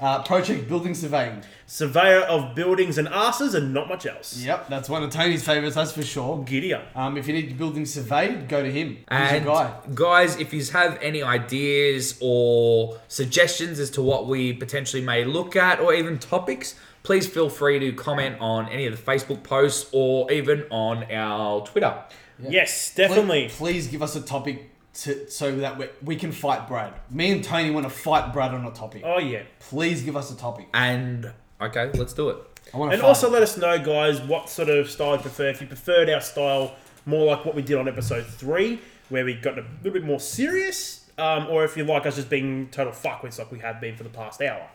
C: Uh, Project Building Surveying.
A: Surveyor of buildings and asses and not much else.
C: Yep, that's one of Tony's favorites. That's for sure.
A: Giddy up.
C: Um, if you need your building surveyed, go to him. He's
B: And
C: your guy.
B: guys, if you have any ideas or suggestions as to what we potentially may look at or even topics, please feel free to comment on any of the Facebook posts or even on our Twitter.
A: Yes,
C: Please-
A: definitely.
C: Please give us a topic to, so that we, we can fight Brad. Me and Tony want to fight Brad on a topic.
A: Oh yeah.
C: Please give us a topic.
B: And okay, let's do it.
C: I want to
A: And also let us know, guys, what sort of style you prefer. If you preferred our style more like what we did on episode three, where we got a little bit more serious, um, or if you like us just being total fuckwits like we have been for the past hour.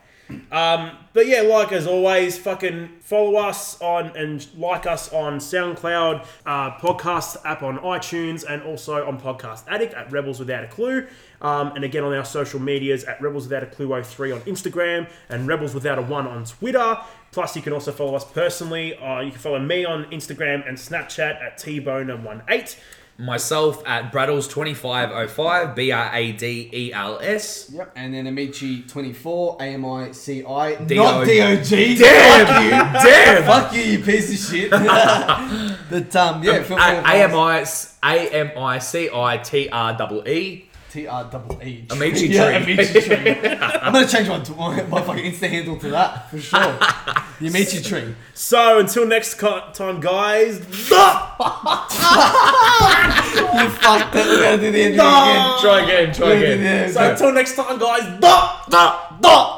A: Um, but yeah, like as always, fucking follow us on and like us on SoundCloud, uh, podcast app on iTunes, and also on Podcast Addict at Rebels Without a Clue. Um, and again on our social medias at Rebels Without a Clue 03 on Instagram and Rebels Without a 1 on Twitter. Plus, you can also follow us personally. Uh, you can follow me on Instagram and Snapchat at tbone18.
B: Myself at Braddles2505, B R A D E L S.
C: Yep. And then Amici twenty four A M I C I.
B: D O
C: Not
B: G.
C: D O G.
B: Damn! Damn!
C: Fuck you, you piece of shit. but um, yeah, feel free to
B: A M I S A M I C I T R double E.
C: T R double E.
B: Amici
C: Yeah,
B: tree.
C: Amici tree. I'm gonna change my, my, my fucking Insta handle to that for sure. The Amici tree.
A: So until next co- time, guys.
C: You fucked it. We're gonna do the ending again.
B: Try again, try
C: We're gonna do the
B: again.
C: ending
A: So
C: again.
A: until next time, guys.
B: Stop! Stop! Stop!